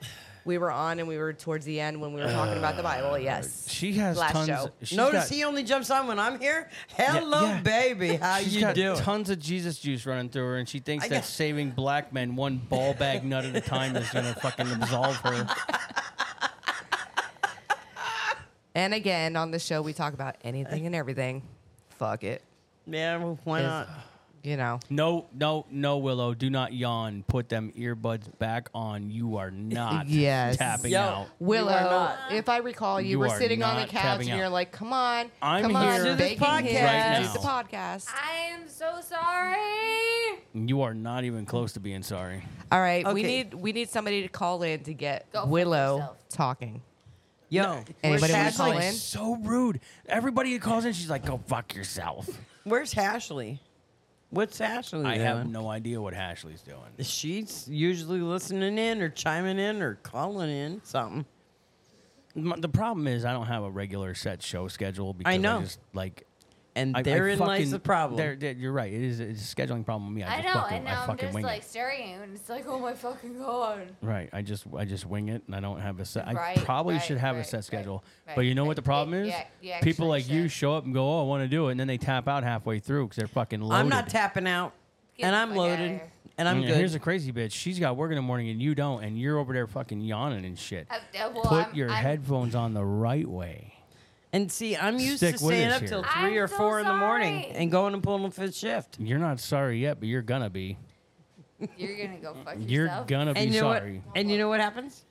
We were on, and we were towards the end when we were talking about the Bible. Yes, Uh, she has last tons. show. she's Notice got- he only jumps on when I'm here. Hello, yeah. baby. How She's you got doing? tons of Jesus juice running through her, and she thinks I that got- saving black men one ball bag nut at a time is gonna fucking absolve her. And again, on the show, we talk about anything and everything. Fuck it. Yeah, well, why not? You know, No, no, no, Willow, do not yawn. Put them earbuds back on. You are not Yes. tapping Yo. out. Willow, not. if I recall, you, You were are sitting on the not couch and tapping you're out. like, come on, I'm come on, here Do this baking podcast. here. Right It's a now. podcast. I am so sorry. You are not even close to being sorry. All right, Okay. we need we need somebody to call in to get Go fuck Willow yourself. talking. Yo, Anybody wanna where's call Ashley? in? so rude. Everybody who calls in, she's like, "Go fuck yourself." Where's Ashley? What's Ashley I have doing? no idea what Ashley's doing. She's usually listening in or chiming in or calling in something. My- The problem is, I don't have a regular set show schedule because I, know. just like. And I, I therein lies fucking- the problem. there- there- you're right. It is it's a scheduling problem with me. I, I just know, fucking, and I now I'm fucking just wing like it. staring at you, and it's like, oh my fucking god. Right. I just I just wing it, and I don't have a set. Right, I probably right, should have a right, set right, schedule. right, but you know right. what the problem You- is? you ac- you People actually like you should. show up and go, "Oh, I want to do it," and then they tap out halfway through because they're fucking loaded. I'm not tapping out, Get and the I'm fuck outta loaded, here. and I'm Yeah, good. Here's a crazy bitch. She's got work in the morning and you don't, and you're over there fucking yawning and shit. Uh, I- I- well, Put I'm- your I'm- headphones on the right way. and see, I'm used Stick to with staying us up here. till 3 I'm or so 4 in the morning sorry. and going and pulling a fifth shift. You're not sorry yet, but you're gonna be. You're gonna go fuck yourself. You're gonna be And you know sorry. what? And you know what happens?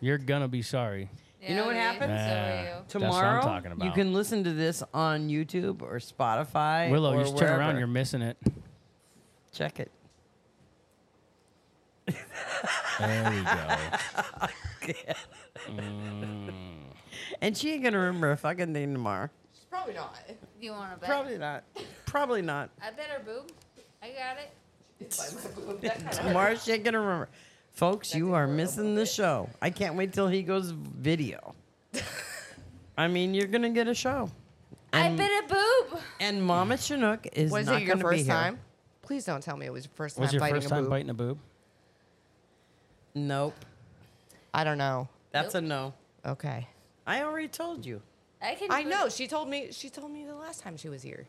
You're gonna be sorry. Yeah, know what you- happens? Yeah. So what I'm Tomorrow, talking you about. can listen to this on YouTube or Spotify. Willow, or you just turn around. wherever. You're missing it. check it. There we go. And she ain't gonna remember a fucking thing tomorrow. Probably not. you, you wanna bet? Probably not. Probably not. I bet her boob. I got it. Tomorrow she ain't gonna remember. Folks, you are missing the show. I can't wait till he goes video. I mean, you're gonna get a show. I And, bet a boob. and Mama Chinook is Was not it your gonna be first here. time? Please don't tell me it was your first time Was your biting first a time boob. biting a boob? Nope. I don't know. That's a no. Okay. I already told you. I can. I do know. It. She told me. She told me the last time she was here.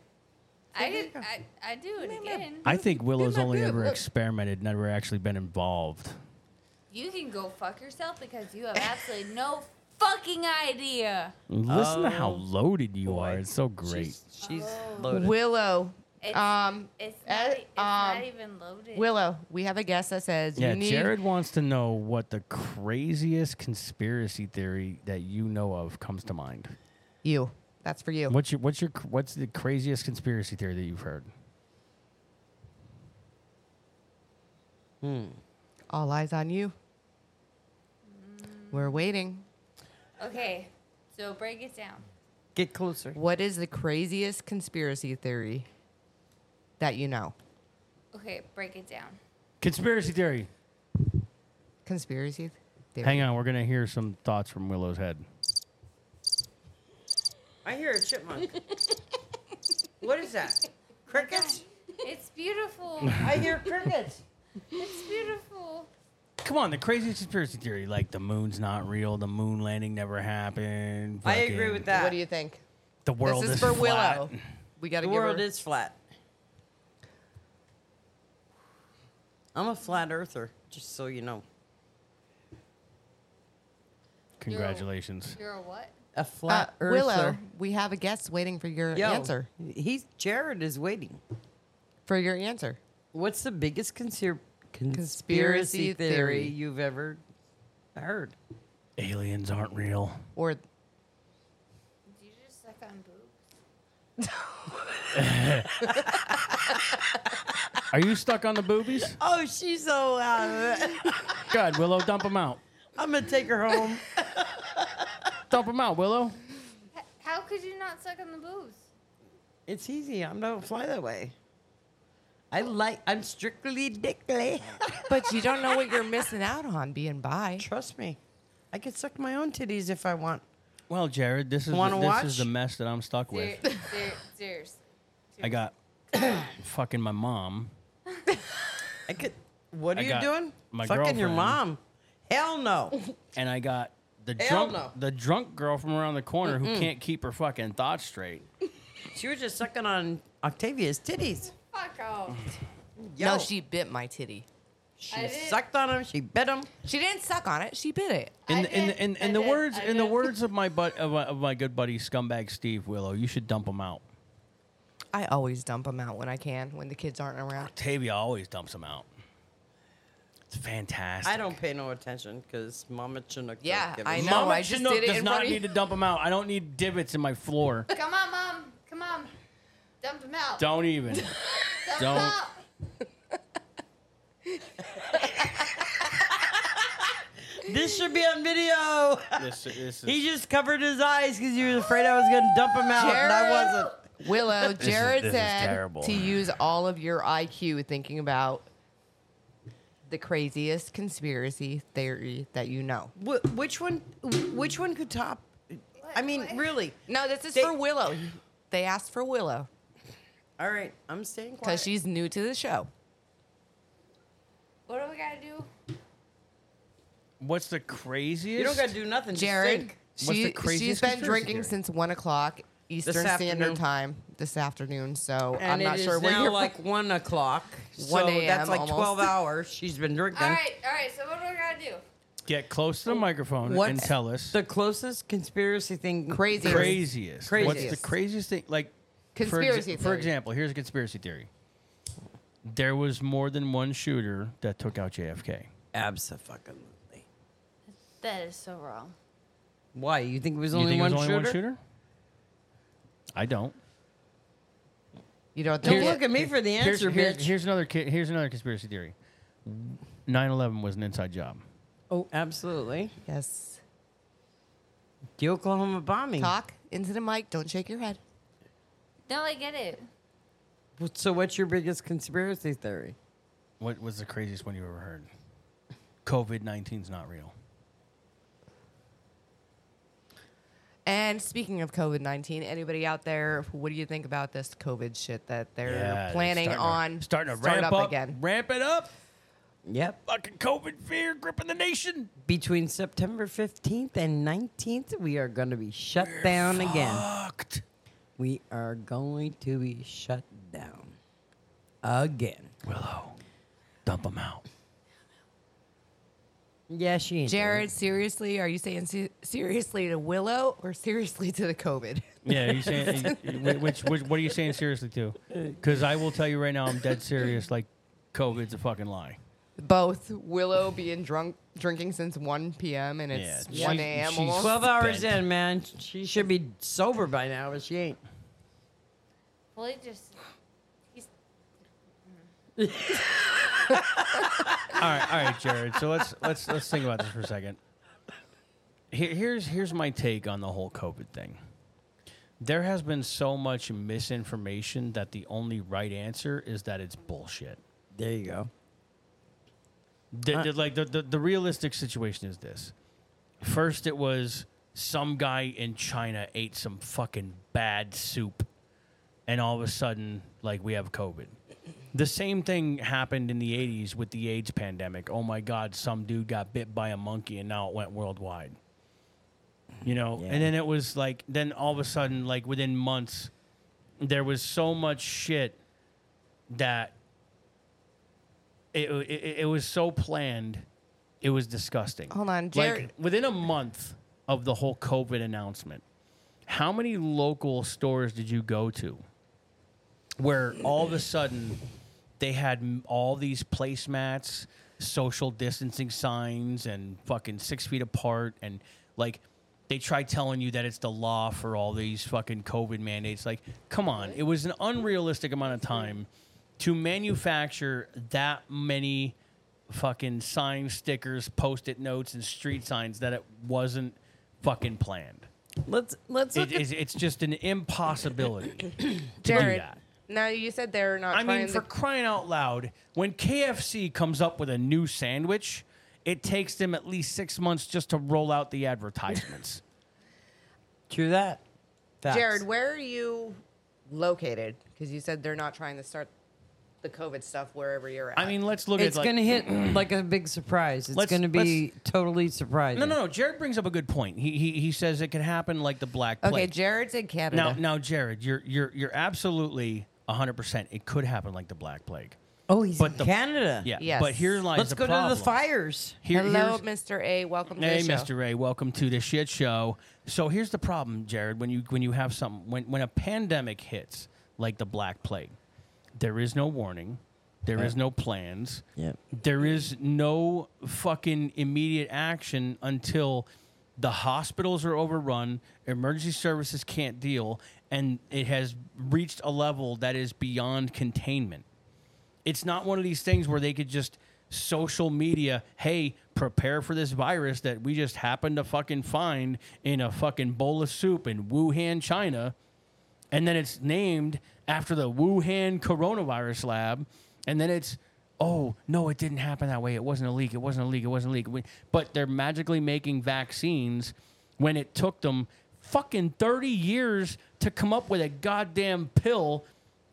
I can. I, I do it again. I think Willow's my only boob, ever look. experimented, never actually been involved. You can go fuck yourself because you have absolutely no fucking idea. Listen to Oh, how loaded you are. It's so great. She's, she's loaded. Willow. It's, Um. it's, eh, not, e, it's not um, even loaded. Willow, we have a guest that says Yeah, you need. Jared wants to know what the craziest conspiracy theory that you know of comes to mind. You. That's for you. What's your what's your what's the craziest conspiracy theory that you've heard? All eyes on you. We're waiting. Okay, so break it down. Get closer. What is the craziest conspiracy theory that you know? Okay, break it down. Conspiracy theory. Conspiracy theory. Hang on, we're gonna hear some thoughts from Willow's head. I hear a chipmunk. what is that? Crickets? It's beautiful. I hear crickets. it's beautiful. Come on, the craziest conspiracy theory, like the moon's not real, the moon landing never happened. I agree fucking with that. What do you think? The world this is, is, for flat. Willow. We got to The give world her. is flat. I'm a flat earther, just so you know. Congratulations. You're a what? A Uh, flat earther. Willow, we have a guest waiting for your Yo, answer. He's Jared is waiting. For your answer. What's the biggest conspir- Conspiracy conspiracy theory theory. you've ever heard? Aliens aren't real. Or Did you just suck on boobs? Are you stuck on the boobies? Oh, she's so out of it. God, Willow, dump them out. I'm gonna take her home. Dump them out, Willow. H- How could you not suck on the boobs? It's easy. I'm don't fly that way. I like. I'm strictly dickly. but you don't know what you're missing out on being by. Trust me, I could suck my own titties if I want. Well, Jared, this is the, Wanna this is watch? the mess that I'm stuck Ser- with. ser- serious. I got fucking my mom. I could. What are I you got doing? my Fucking your girlfriend. mom. Hell no. and I got the Hell drunk no. the drunk girl from around the corner who can't keep her fucking thoughts straight. she was just sucking on Octavia's titties. Fuck off. Yo, No, she bit my titty. She I didn't- sucked on him. She bit him. She didn't suck on it. She bit it. In I the, in did, the, in, I in the did, words I in the did. words of my but of my, of my good buddy scumbag Steve Willow, you should dump him out. I always dump them out when I can, when the kids aren't around. Tavia always dumps him out. It's fantastic. I don't pay no attention because Mama Chinook. don't Yeah, give a I shit. know. Mama I just Chinook did it does in not front of you. need to dump him out. I don't need divots in my floor. Come on, mom. Come on. Dump him out. Don't even. Dump don't. him out. This should be on video. This, this is, he just covered his eyes because he was afraid I was going to dump him out, and I Jared. wasn't. Willow, is- Jared this is said terrible. to use all of your IQ thinking about the craziest conspiracy theory that you know. Wh- which one? Which one could top? I mean, What- what? really? No, this is They- for Willow. They asked for Willow All right, I'm staying quiet. because she's new to the show. What do we gotta do? what's the craziest? you don't got to do nothing. just Jared, think. What's the she, she's craziest been conspiracy drinking theory? since one o'clock Eastern afternoon. Standard Time this afternoon, so And I'm not it is sure where now you're like one o'clock. 1 so that's a.m. like almost. twelve hours. She's been drinking. All right, all right. So what do we gotta do? Get close to the microphone and What's tell us the closest conspiracy thing? Crazy. craziest. What's the Craziest. craziest thing? Like for exa- Conspiracy For theory. example, here's a conspiracy theory. There was more than one shooter that took out JFK. Absolutely. That is so wrong. Why? You think it was You only, think one, it was only shooter? one shooter? I don't. You don't Don't think look it- at me for the Here's, answer, here's- bitch. here's another ki- here's another conspiracy theory. 9/11 was an inside job. oh, absolutely. Yes. The Oklahoma bombing. Talk into the mic. Don't shake your head. No, I get it. So, what's your biggest conspiracy theory? What was the craziest one you ever heard? COVID 19's not real. And speaking of COVID 19, anybody out there, what do you think about this COVID shit that they're Yeah, planning starting to- on starting to start ramp up again? Ramp it up. Yep. Fucking COVID fear gripping the nation. Between September 15th and 19th, we are going to be shut down again. Fucked. We are going to be shut down again. Willow, dump them out. Yeah, she ain't. doing Jared, seriously, are you saying se- seriously to Willow or seriously to the COVID? Yeah, you saying wh- which, which? What are you saying seriously to? Because I will tell you right now, I'm dead serious. Like, COVID's a fucking lie. Both Willow being drunk, drinking since 1 p.m. and it's Yeah, 1 she- a.m. she's- almost. it. 12 hours Bent. in, man. She should be sober by now, but she ain't. Well, he just he's All right, all right, Jared. So let's let's let's think about this for a second. Here, here's here's my take on the whole COVID thing. There has been so much misinformation that the only right answer is that it's bullshit. There you go. The, the- like the, the, the realistic situation is this. First, it was some guy in China ate some fucking bad soup, and all of a sudden, like we have COVID. The same thing happened in the '80s with the AIDS pandemic. Oh my God, some dude got bit by a monkey, and now it went worldwide. You know, Yeah. and then it was like, then all of a sudden, like within months, there was so much shit that it, it, it was so planned. It was disgusting. Hold on, Jared. Like within a month of the whole COVID announcement, how many local stores did you go to where all of a sudden they had m- all these placemats, social distancing signs, and fucking six feet apart, and like they try telling you that it's the law for all these fucking COVID mandates. Like, come on, it was an unrealistic amount of time to manufacture that many fucking signs, stickers, post-it notes, and street signs that it wasn't fucking planned. Let's let's look It, at it's, it's just an impossibility to do Jared, that. now you said they're not I mean, trying for to- crying out loud, when KFC comes up with a new sandwich, it takes them at least six months just to roll out the advertisements. True that. Facts. Jared, where are you located? Because you said they're not trying to start the COVID stuff wherever you're at. I mean, let's look it's at like, gonna hit like a big surprise. It's Let's- gonna be totally surprising. no, no, no. Jared brings up a good point. He he, he says it could happen like the black plague. okay, Jared's in Canada. Now, now, Jared, you're you're you're absolutely 100. percent It could happen like the Black Plague. Oh, he's But in the- Canada. Yeah. Yes. But here lies Let's the go problem. to the fires. Here- Hello, here's- Mr. A. Welcome to Hey, the show. Mr. Ray, welcome to the shit show. So here's the problem, Jared. When you when you have something when when a pandemic hits like the Black Plague, there is no warning, there is no plans, Yep. there is no fucking immediate action until the hospitals are overrun, emergency services can't deal, and it has reached a level that is beyond containment it's not one of these things where they could just social media, hey, prepare for this virus that we just happened to fucking find in a fucking bowl of soup in Wuhan, China. And then it's named after the Wuhan coronavirus lab. And then it's, oh, no, it didn't happen that way. It wasn't a leak. It wasn't a leak. It wasn't a leak. We- But they're magically making vaccines when it took them fucking 30 years to come up with a goddamn pill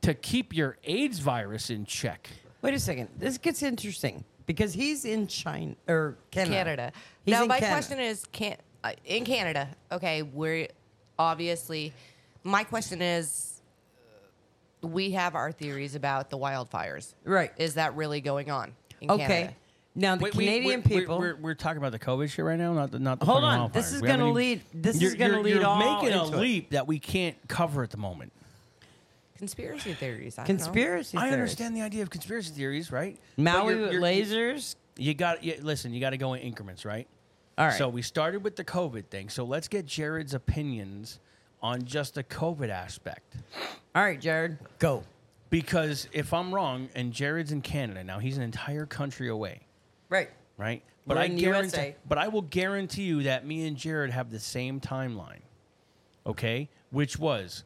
to keep your AIDS virus in check. Wait a second. This gets interesting because he's in China or Canada. Canada. He's now, in my Canada. question is, can uh, in Canada? Okay, we're obviously. My question is, uh, we have our theories about the wildfires. Right. Is that really going on? In okay. Canada? Now the Wait, we- Canadian we're, we're- people. We're, we're, talking about the COVID shit right now, not the not the. Hold fucking on. This wildfires. is We haven't gonna even- lead- this is You're- gonna you're- lead You're all making a into it. leap that we can't cover at the moment. Conspiracy theories. I don't know. conspiracy. I theories. understand the idea of conspiracy theories, right? But Maui you're- with you're- lasers. You got you, listen. You got to go in increments, right? All right. So we started with the COVID thing. So let's get Jared's opinions on just the COVID aspect. All right, Jared, go. Because if I'm wrong, and Jared's in Canada now, he's an entire country away. Right. right? But We're I in the guarantee, USA. but I will guarantee you that me and Jared have the same timeline, okay? Which was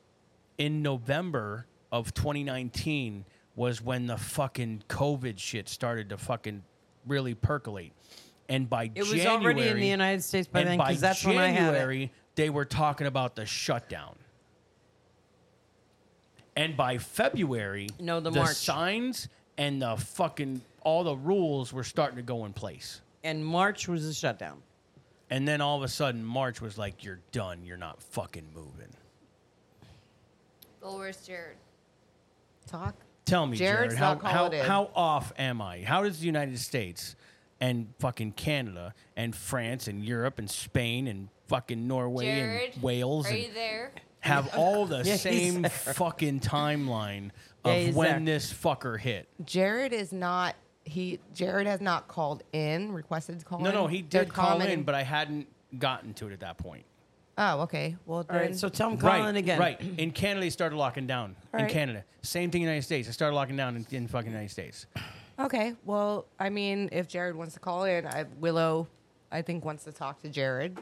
in November of 2019 was when the fucking COVID shit started to fucking really percolate, and by It was January, already in the United States by and then by because that's when I had it. January they were talking about the shutdown. And by February, No, the the March. signs and the fucking all the rules were starting to go in place. And March was the shutdown. And then all of a sudden, March was like, "You're done. You're not fucking moving." Well, where's Jared? Talk. Tell me, Jared's Jared, how, not how, calling in. how off am I? How does the United States and fucking Canada and France and Europe and Spain and fucking Norway Jared, and Wales Are and you there? have all the he's same fucking timeline Yeah, of he's when there. this fucker hit? Jared is not. He Jared has not called in, requested to call No, in. no, he They're did call calling in, but I hadn't gotten to it at that point. oh, okay. Well, All right. then- So tell him calling right, again. Right. In Canada, they started locking down. in right. Canada, same thing. in the United States, I started locking down in, in fucking United States. Okay. Well, I mean, if Jared wants to call in, I, Willow, I think wants to talk to Jared.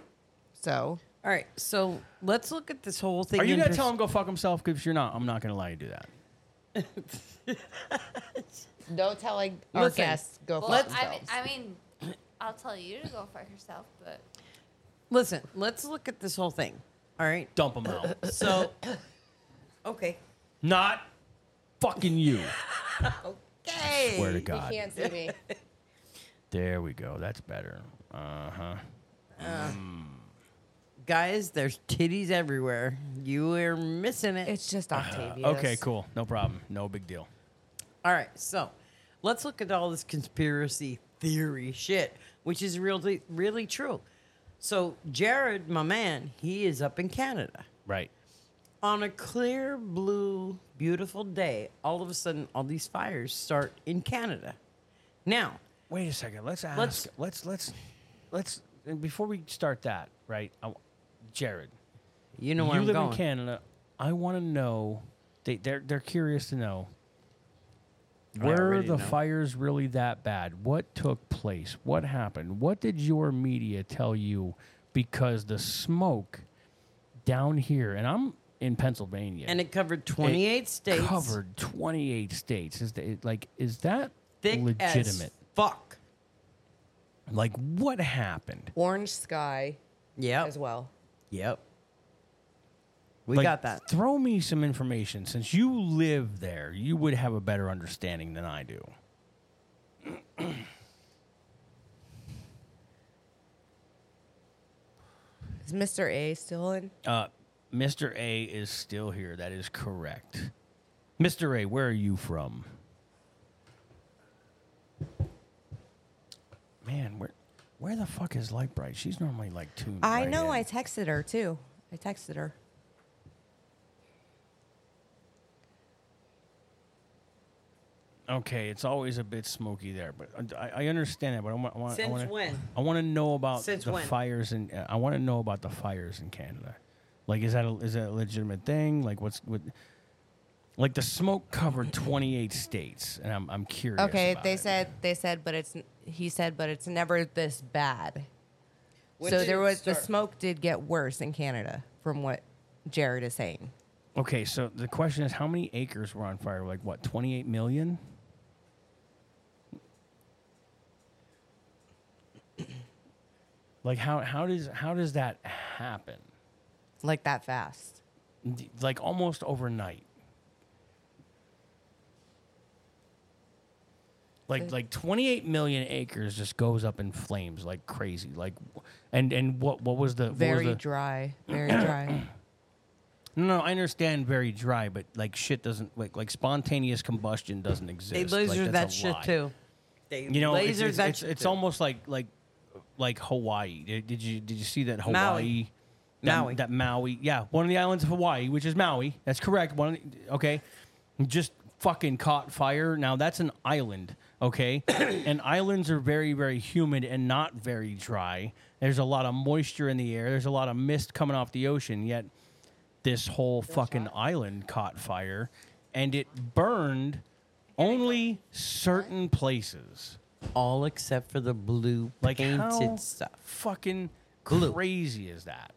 So All right. So let's look at this whole thing. Are you in gonna pers- tell him go fuck himself? Because you're not. I'm not gonna lie. you to do that. don't tell like our Listen, guests go Well, fuck I mean, themselves. I mean, I'll tell you to go fuck yourself, but Listen. Let's look at this whole thing. All right. Dump him out. So. okay. not fucking you. okay. Swear to God. You can't see me. There we go. That's better. Uh huh. Guys, there's titties everywhere. You are missing it. It's just Octavius. Okay, cool. No problem. No big deal. All right, so let's look at all this conspiracy theory shit, which is really, really true. So, Jared, my man, he is up in Canada. Right. On a clear, blue, beautiful day, all of a sudden, all these fires start in Canada. Now, Wait a second. Let's ask. Let's- Let's let's let's let's and before we start that. Right, I w Jared. you know where you I'm live going. in Canada. I want to know. They they're they're curious to know. I Were already the know. fires really that bad? What took place? What happened? What did your media tell you? Because the smoke down here, and I'm in Pennsylvania, and it covered 28 states. covered 28 states. Is that like is that thick legitimate? As fuck. Like what happened? Orange sky Yep. as well. Yep. We Like, got that. Throw me some information. Since you live there, you would have a better understanding than I do. Is Mr. A still in? Uh, Mr. A is still here. That is correct. Mr. A, where are you from? man, where where the fuck is Light Bright? She's normally like two. I right know. in. I texted her too. I texted her. okay, it's always a bit smoky there, but I, I understand that. But I want, I want, I Since want when? I want to know about Since the when? fires in. uh, I want to know about the fires in Canada. Like, is that a, is that a legitimate thing? Like, what's what? Like the smoke covered twenty eight states, and I'm I'm curious. Okay, about they it. said they said, but it's he said, but it's never this bad. When so did there it was the start? smoke did get worse in Canada from what Jared is saying. Okay, so the question is, how many acres were on fire? Like what, twenty eight million? Like how how does how does that happen? Like that fast. D- Like almost overnight. Like like twenty eight million acres just goes up in flames like crazy. Like, and and what what was the what was Very the- dry. Very dry. No, I understand very dry, but like shit doesn't like like spontaneous combustion doesn't exist. They Like, that's lasered that a shit lie. too. They You know, lasered it's, it's, that it's, shit it's too. almost like like like Hawaii. Did, did you did you see that Hawaii? Maui. That, Maui. That Maui. Yeah, one of the islands of Hawaii, which is Maui. That's correct. One. Of the, okay, just fucking caught fire. Now that's an island. Okay, and islands are very very humid and not very dry. There's a lot of moisture in the air. There's a lot of mist coming off the ocean. Yet this whole fucking island caught fire, and it burned only certain places. all except for the blue Like painted how stuff. fucking Glue. crazy is that?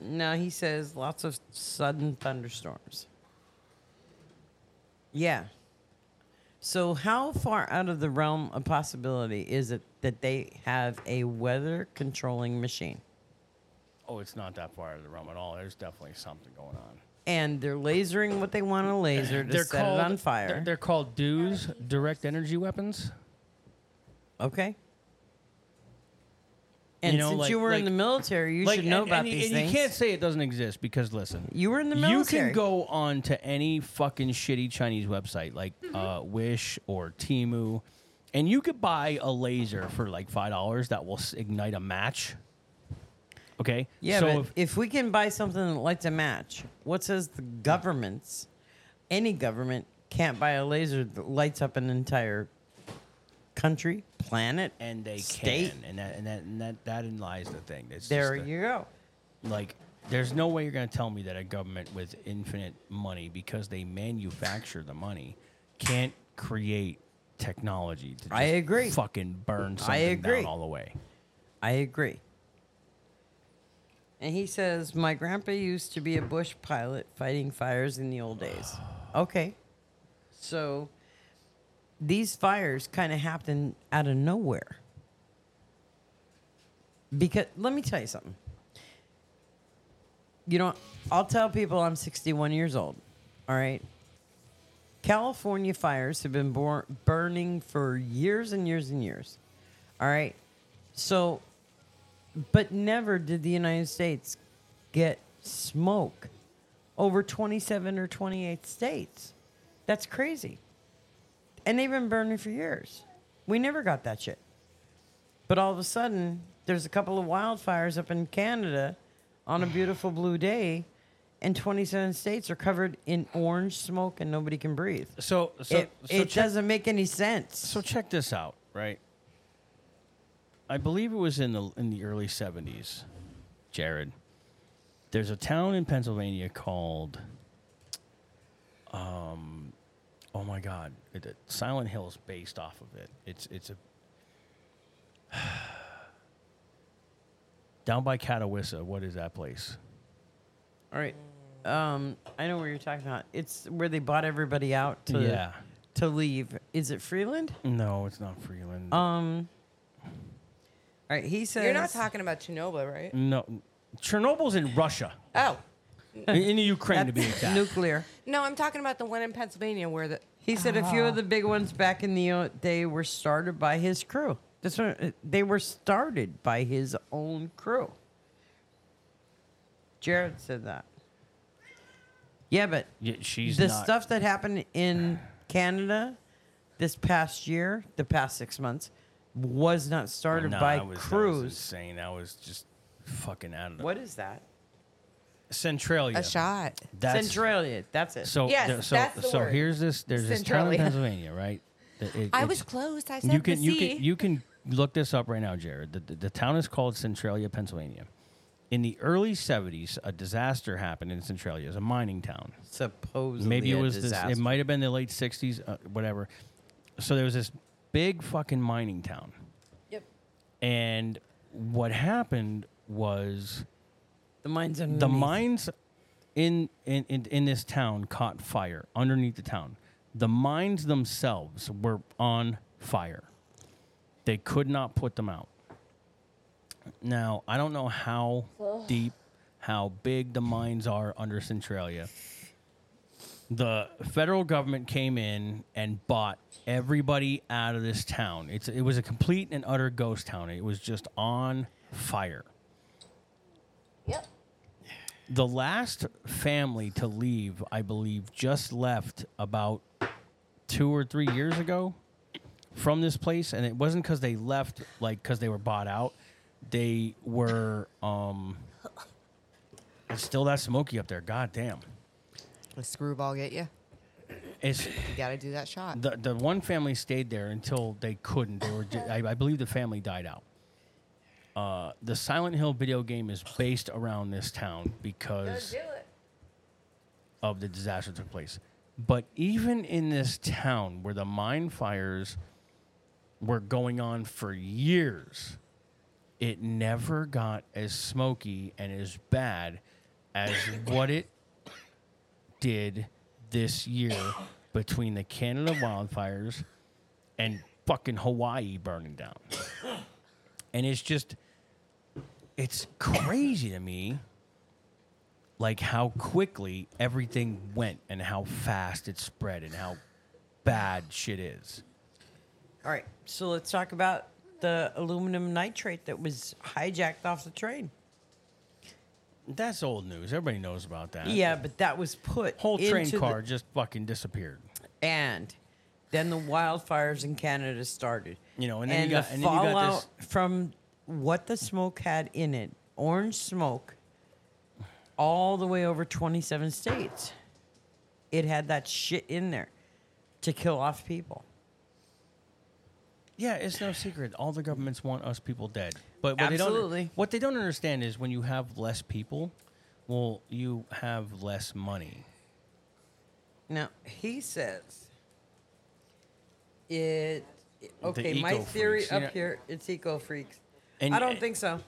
No, he says lots of sudden thunderstorms. Yeah. So how far out of the realm of possibility is it that they have a weather controlling machine? Oh, it's not that far out of the realm at all. There's definitely something going on. And they're lasering what they want to laser to set it on fire. They're, they're called DEWs, direct energy weapons. okay. And know, since like- you were in like- the military, you should know and, about and, these and things. you can't say it doesn't exist because listen, You were in the you military. can go on to any fucking shitty Chinese website like Mm-hmm. uh, Wish or Timu, and you could buy a laser for like five dollars that will s- ignite a match. Okay. Yeah, So but if, if, we can buy something that lights a match, what says the governments, any government, can't buy a laser that lights up an entire country, planet, and they state? can, and that and that and that, that in lies the thing. It's just There the- you go. like there's no way you're going to tell me that a government with infinite money because they manufacture the money can't create technology to just I agree. fucking burn something I agree. down all the way I agree. And he says, My grandpa used to be a bush pilot fighting fires in the old days. Okay. So these fires kind of happened out of nowhere. Because let me tell you something. You know, I'll tell people I'm 61 years old. All right. California fires have been bor- burning for years and years and years. All right. So, but never did the United States get smoke over 27 or 28 states. That's crazy. And they've been burning for years. We never got that shit. But all of a sudden, there's a couple of wildfires up in Canada on a beautiful blue day, and 27 states are covered in orange smoke and nobody can breathe. so so, it so it check, doesn't make any sense. so check this out right i believe it was in the in the early 70s jared there's a town in pennsylvania called um oh my god it, it- silent hill's based off of it it's it's a down by Catawissa. What is that place? All right. Um, I know where you're talking about. It's where they bought everybody out to Yeah. to leave. Is it Freeland? No, it's not Freeland. Um. All right. He says You're not talking about Chernobyl, right? no, Chernobyl's in Russia, Oh. in, in the Ukraine to be that's exact. nuclear. No, I'm talking about the one in Pennsylvania where the He said a few of the big ones back in the uh, day were started by his crew. That's what uh, they were started by his own crew. Jared said that. Yeah, but Yeah, she's the not- stuff that happened in Canada this past year, the past six months, was not started Nah, by that was, That was Cruz. insane. That was just fucking out of the What is that? Centralia. A shot. That's Centralia. That's it. so. Yes, there- so that's the so word. here's this. There's this town in Centralia. Pennsylvania, right? that it- I it's- was close. I said You can the you C. can you can look this up right now, Jared. The, the, the town is called Centralia, Pennsylvania. In the early '70s, a disaster happened in Centralia. It's a mining town. Supposedly Maybe it a was this. disaster. It might have been the late '60s, uh, whatever. So there was this big fucking mining town. Yep. And what happened was the mines underneath. the mines in, in in in this town caught fire underneath the town. The mines themselves were on fire. They could not put them out. Now I don't know how deep, how big the mines are under Centralia. The federal government came in and bought everybody out of this town. It's it was a complete and utter ghost town. It was just on fire Yep. the last family to leave, I believe, just left about two or three years ago from this place, and it wasn't because they left, like because they were bought out. They were. um It's still that smoky up there. God damn. A screwball get you. It's You gotta do that shot. the the one family stayed there until they couldn't. They were. ju- I, I believe the family died out. Uh, the Silent Hill video game is based around this town because of the disaster took place. But even in this town where the mine fires were going on for years, it never got as smoky and as bad as what it did this year between the Canada wildfires and fucking Hawaii burning down. And it's just, it's crazy to me like how quickly everything went and how fast it spread and how bad shit is. All right. So let's talk about the aluminum nitrate that was hijacked off the train. That's old news. Everybody knows about that. Yeah, but that was put Whole train into the- car just fucking disappeared. and then the wildfires in Canada started. You know, and then you got- the and then you got fallout this- from what the smoke had in it, orange smoke, all the way over 27 states. It had that shit in there to kill off people. Yeah, it's no secret. All the governments want us people dead. But what they Absolutely. don't what they don't understand is when you have less people, well, you have less money. Now he says it. Okay, The my eco theory freaks, you up know- here, it's eco freaks. And- I don't think so.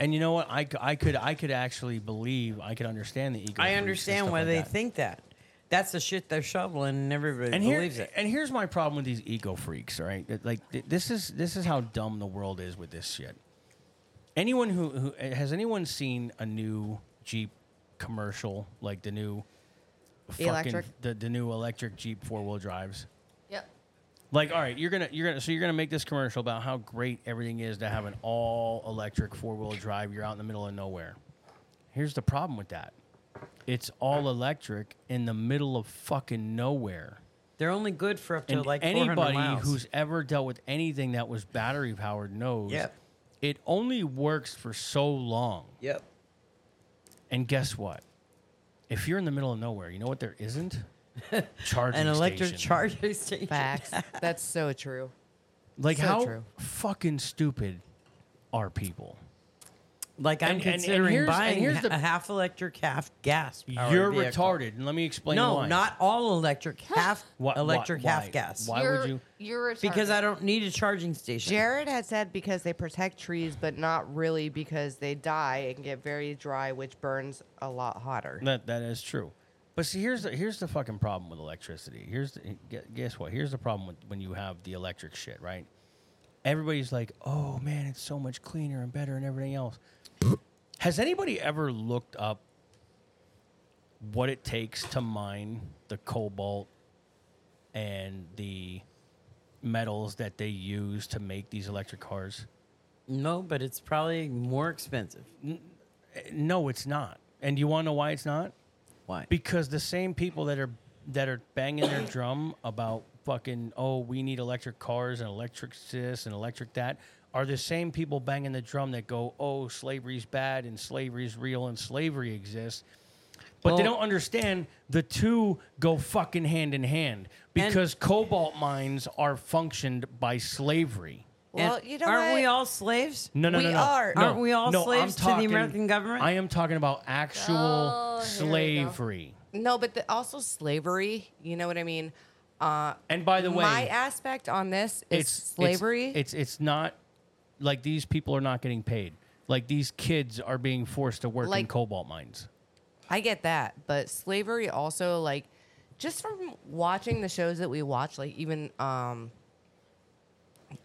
And you know what? I, c- I could I could actually believe I could understand the ego. I understand why they think that. That's the shit they're shoveling, and everybody and here, believes it. And here's my problem with these ego freaks, all right? That, Like th- this is this is how dumb the world is with this shit. Anyone who, who has anyone seen a new Jeep commercial, like the new fucking electric? the, the new electric Jeep four wheel drives? Yep. Like, all right, you're gonna you're gonna so you're gonna make this commercial about how great everything is to have an all electric four wheel drive. You're out in the middle of nowhere. Here's the problem with that. It's all electric in the middle of fucking nowhere. They're only good for up to And like 400 anybody miles. who's ever dealt with anything that was battery powered knows Yep. it only works for so long. yep. And guess what? If you're in the middle of nowhere, you know what there isn't? Charging An electric station. charging station. Facts. That's so true. Like So how true. fucking stupid are people? Like I'm And- and- and considering here's- and buying here's the- a half electric, half gas. powered You're vehicle. retarded, and let me explain No, why. not all electric, half Why- why- electric, why- half gas. Why you're, would you? You're retarded. Because I don't need a charging station. Jared had said because they protect trees, but not really because they die and get very dry, which burns a lot hotter. That that is true. But see, here's the here's the fucking problem with electricity. Here's the, gu- guess what? Here's the problem with when you have the electric shit, right? Everybody's like, "Oh man, it's so much cleaner and better and everything else." Has anybody ever looked up what it takes to mine the cobalt and the metals that they use to make these electric cars? No, but it's probably more expensive. No, it's not. And you want to know why it's not? Why? Because the same people that are that are banging their drum about fucking oh we need electric cars and electric this and electric that are the same people banging the drum that go oh slavery's bad and slavery's real and slavery exists but they Well- don't understand the two go fucking hand in hand because cobalt mines are functioned by slavery Well, And you know aren't we what? all slaves? no no We no, no. are. No, Aren't we all no, I'm slaves to the talking- American government? i am talking about actual Oh, here we go. slavery No, but the, also slavery. You know what I mean? Uh, and by the way my aspect on this is slavery. It's, it's not like these people are not getting paid. Like these kids are being forced to work in Like- cobalt mines. I get that, but slavery also like just from watching the shows that we watch, like even um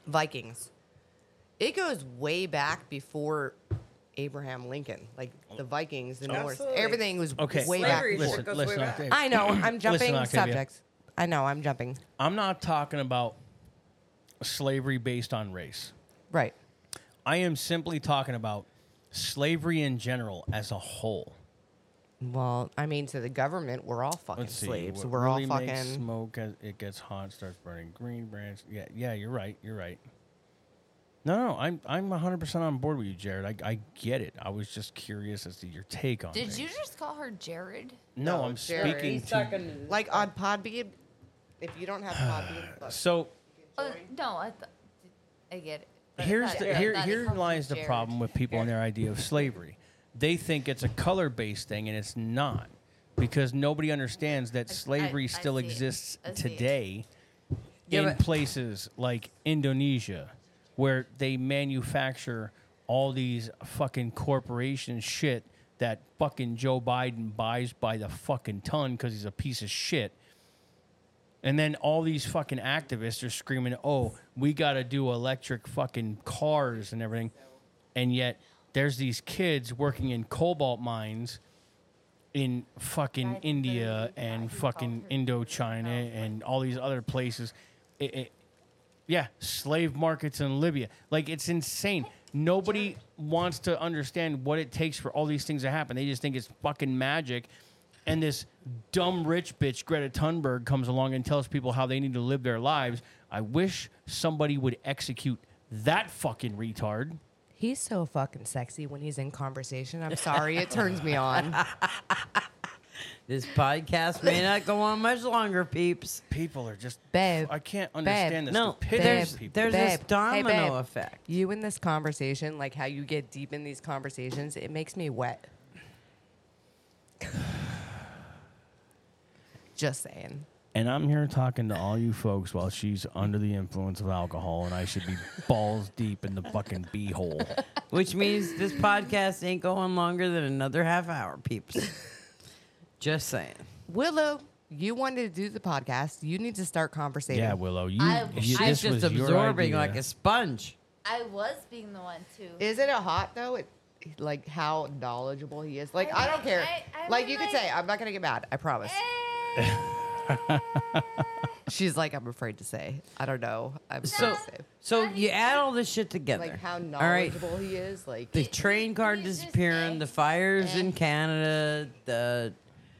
Vikings. It goes way back before Abraham Lincoln, like the Vikings, the Norse. Absolutely. Everything was Okay, way Slavery back. shit listen, goes listen, way up, back. Dave. I know, I'm jumping Octavia. subjects. I know, I'm jumping. I'm not talking about slavery based on race. Right. I am simply talking about slavery in general as a whole. Well, I mean, to the government, we're all fucking Let's see, slaves. what We're all really makes fucking. smoke as it gets hot starts burning green branch. Yeah, yeah, you're right. You're right. No, no, I'm I'm 100% on board with you, Jared. I, I get it. I was just curious as to your take on Did things. you just call her Jared? No, No, I'm Jared. speaking He's to. Like on Podbean, if you don't have Podbean, look. So Oh, no, I, th- I get it. But here's that- the that- here that here comes from lies the Jared. problem with people and their idea of slavery. They think it's a color based thing, and it's not, because nobody understands that slavery I still see it. exists I see it. today Yeah, in but- places like Indonesia, where they manufacture all these fucking corporation shit that fucking Joe Biden buys by the fucking ton because he's a piece of shit. And then all these fucking activists are screaming, "Oh, we got to do electric fucking cars and everything," and yet there's these kids working in cobalt mines in fucking India and fucking Indochina and all these other places. It- it- yeah, slave markets in Libya. Like it's insane. Nobody wants to understand what it takes for all these things to happen. They just think it's fucking magic. And this dumb rich bitch Greta Thunberg comes along and tells people how they need to live their lives. I wish somebody would execute that fucking retard. He's so fucking sexy when he's in conversation. I'm sorry, it turns me on. This podcast may not go on much longer, peeps. People are just Babe, I can't understand this. No, stupidity of there's people. there's this Babe. Hey, domino babe. effect. You in this conversation, like how you get deep in these conversations, it makes me wet. Just saying. And I'm here talking to all you folks while she's under the influence of alcohol, and I should be balls deep in the fucking beehole. Which means this podcast ain't going longer than another half hour, peeps. Just saying. Willow, you wanted to do the podcast. You need to start conversating. Yeah, Willow, you. I- you I this She's just was your absorbing idea. like a sponge. I was being the one to. Is it a hot though? It, like how knowledgeable he is. Like I, don't mean, care. I- I like mean, you could like- Eh. say, I'm not gonna get mad. I promise. She's like, I'm afraid to say. I don't know. I'm So afraid to say. so you add all this shit together. Like how all right? knowledgeable he is. Like The train car He's just disappearing, eh, the fires in eh. Canada, the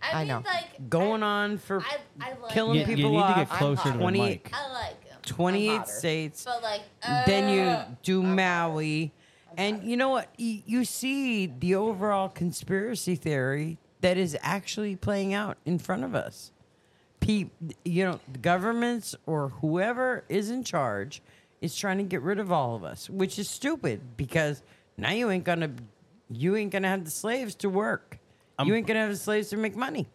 I, I mean, know. Like, going I, on for I, I like killing You, him. you people need to get off. closer to the 20 mic. I like him. 28 hotter. states. But like, uh, then ugh. you do Maui. And you know what? Y- You see the overall conspiracy theory that is actually playing out in front of us. Pe- you know, the governments or whoever is in charge is trying to get rid of all of us, which is stupid because now you ain't gonna, you ain't gonna have the slaves to work. Um, you ain't gonna have the slaves to make money.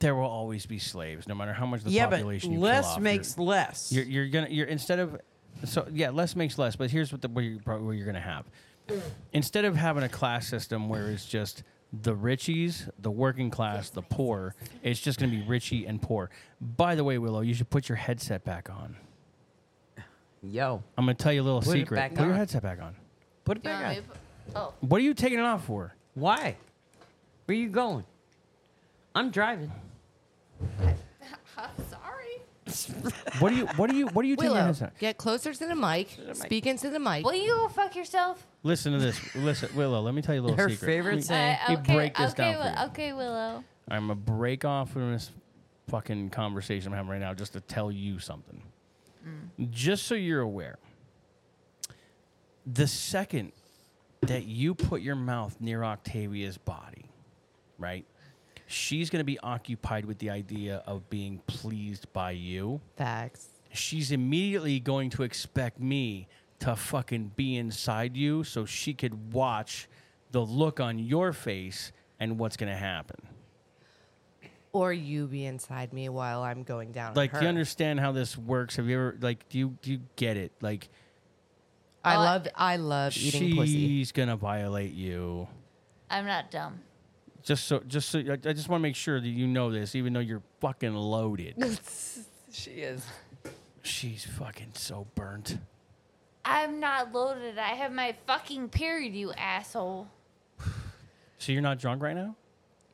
There will always be slaves, no matter how much the yeah, but population you kill less off, makes less. You're, you're, you're gonna you're instead of so yeah, less makes less. But here's what the what you're, prob- what you're gonna have. Instead of having a class system where it's just the richies, the working class, the poor, it's just gonna be richie and poor. By the way, Willow, you should put your headset back on. Yo, I'm gonna tell you a little Put it secret. back put your on. headset back on. put it You back want on. me to put- Oh, What are you taking it off for? Why? Where you going? I'm driving. I'm sorry. What do you what do you what do you taking your Willow, headset? get closer to the mic. Speak into the mic. Will you go fuck yourself? Listen to this. Listen, Willow, let me tell you a little Her secret. favorite Let me- saying. Uh, you okay, break this okay, down for Wi- you. okay, Willow. I'm gonna break off from this fucking conversation I'm having right now just to tell you something. Just so you're aware, the second that you put your mouth near Octavia's body, right? She's going to be occupied with the idea of being pleased by you Facts. she's immediately going to expect me to fucking be inside you so she could watch the look on your face and what's going to happen. Or you be inside me while I'm going down. Like, on do you her. understand how this works? Have you ever, like, do you, do you get it? Like, I love I love eating pussy. she's going to violate you. I'm not dumb. Just so, just so, I, I just want to make sure that you know this, even though you're fucking loaded. She is. she's fucking so burnt. I'm not loaded. I have my fucking period, you asshole. So you're not drunk right now?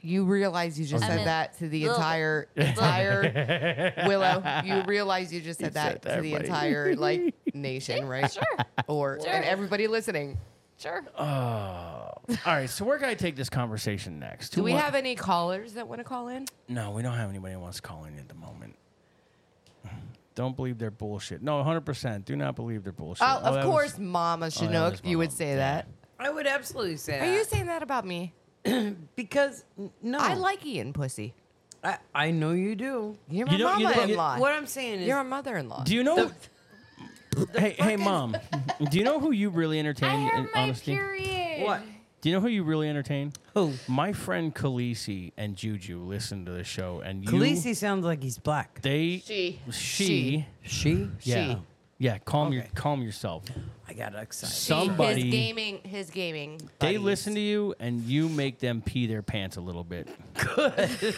You realize you just I mean, said that to the look. entire entire Willow. You realize you just said that to the entire like nation, right? Sure. Or and everybody listening. Sure. Oh. All right. So where can I take this conversation next? Do we have any callers that want to call in? No, we don't have anybody who wants to call in at the moment. Don't believe their bullshit. No, 100%. Do not believe their bullshit. Oh, of that was- course, Mama that Chinook. was my you would mom. say Yeah. that. I would absolutely say Are you that. saying that about me? because n- no, I like eating pussy. I, I know you do. You You're my don't- you don't- mother-in-law. What I'm saying is, You're a mother-in-law. Do you know? hey, hey, mom. do you know who you really I entertain? have in my honesty, period. what? do you know who you really entertain? Who? My friend Khaleesi and Juju listen to the show, and you, Khaleesi sounds like he's black. they, She. she, She. She? yeah, yeah. Calm your, Okay. calm yourself. I got excited. Somebody, His gaming. His gaming. they buddies. listen to you, and you make them pee their pants a little bit. Good.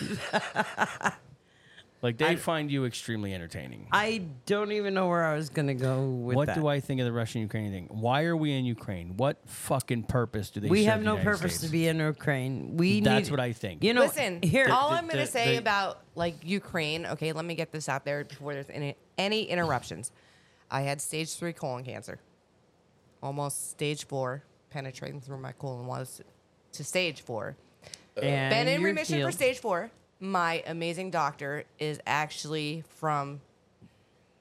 like they find you extremely entertaining. I don't even know where I was gonna go with what that. do I think of the Russian Ukrainian thing? Why are we in Ukraine? What fucking purpose do they? We serve have the no United purpose to States? be in Ukraine. We That's need- what I think. You know, Listen, here. all the- I'm going to the- say the- about like Ukraine, okay, let me get this out there before there's any, any interruptions. I had stage three colon cancer, almost stage four, penetrating through my colon was to stage four. uh, and Been in you're remission for healed. stage four. My amazing doctor is actually from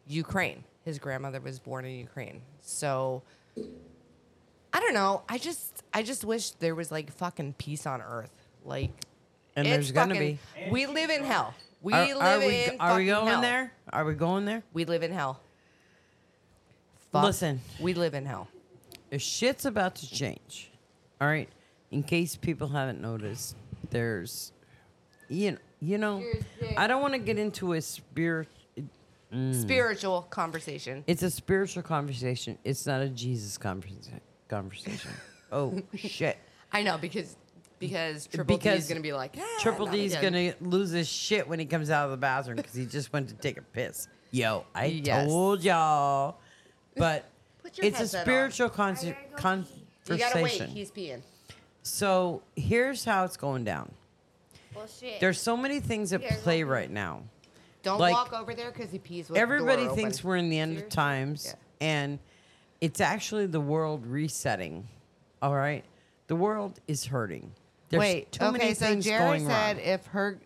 Ukraine. His grandmother was born in Ukraine. So I don't know. I just I just wish there was like fucking peace on earth. Like And there's gonna be. We live in hell. We Are, live are we, in are we fucking going hell. there? Are we going there? We live in hell. Fuck. Listen. We live in hell. If shit's about to change. All right. In case people haven't noticed, there's, you know, you know, Here's the- I don't want to get into a spirit. Mm. Spiritual conversation. It's a spiritual conversation. It's not a Jesus conversa- conversation. oh shit! I know because because triple D Because is gonna be like "Ah, Triple not D's again." gonna lose his shit when he comes out of the bathroom because he just went to take a piss. Yo, I Yes. told y'all, but Put your it's a headset on. spiritual con- You gotta wait. conversation. He's peeing. so here's how it's going down. Well, shit. There's so many things at Here's play what- right now. Don't Like, walk over there because he pees with Everybody the door thinks open. we're in the end of times, Yeah. and it's actually the world resetting. All right, the world is hurting. There's Wait, too okay, many so things Jared going said wrong. if her.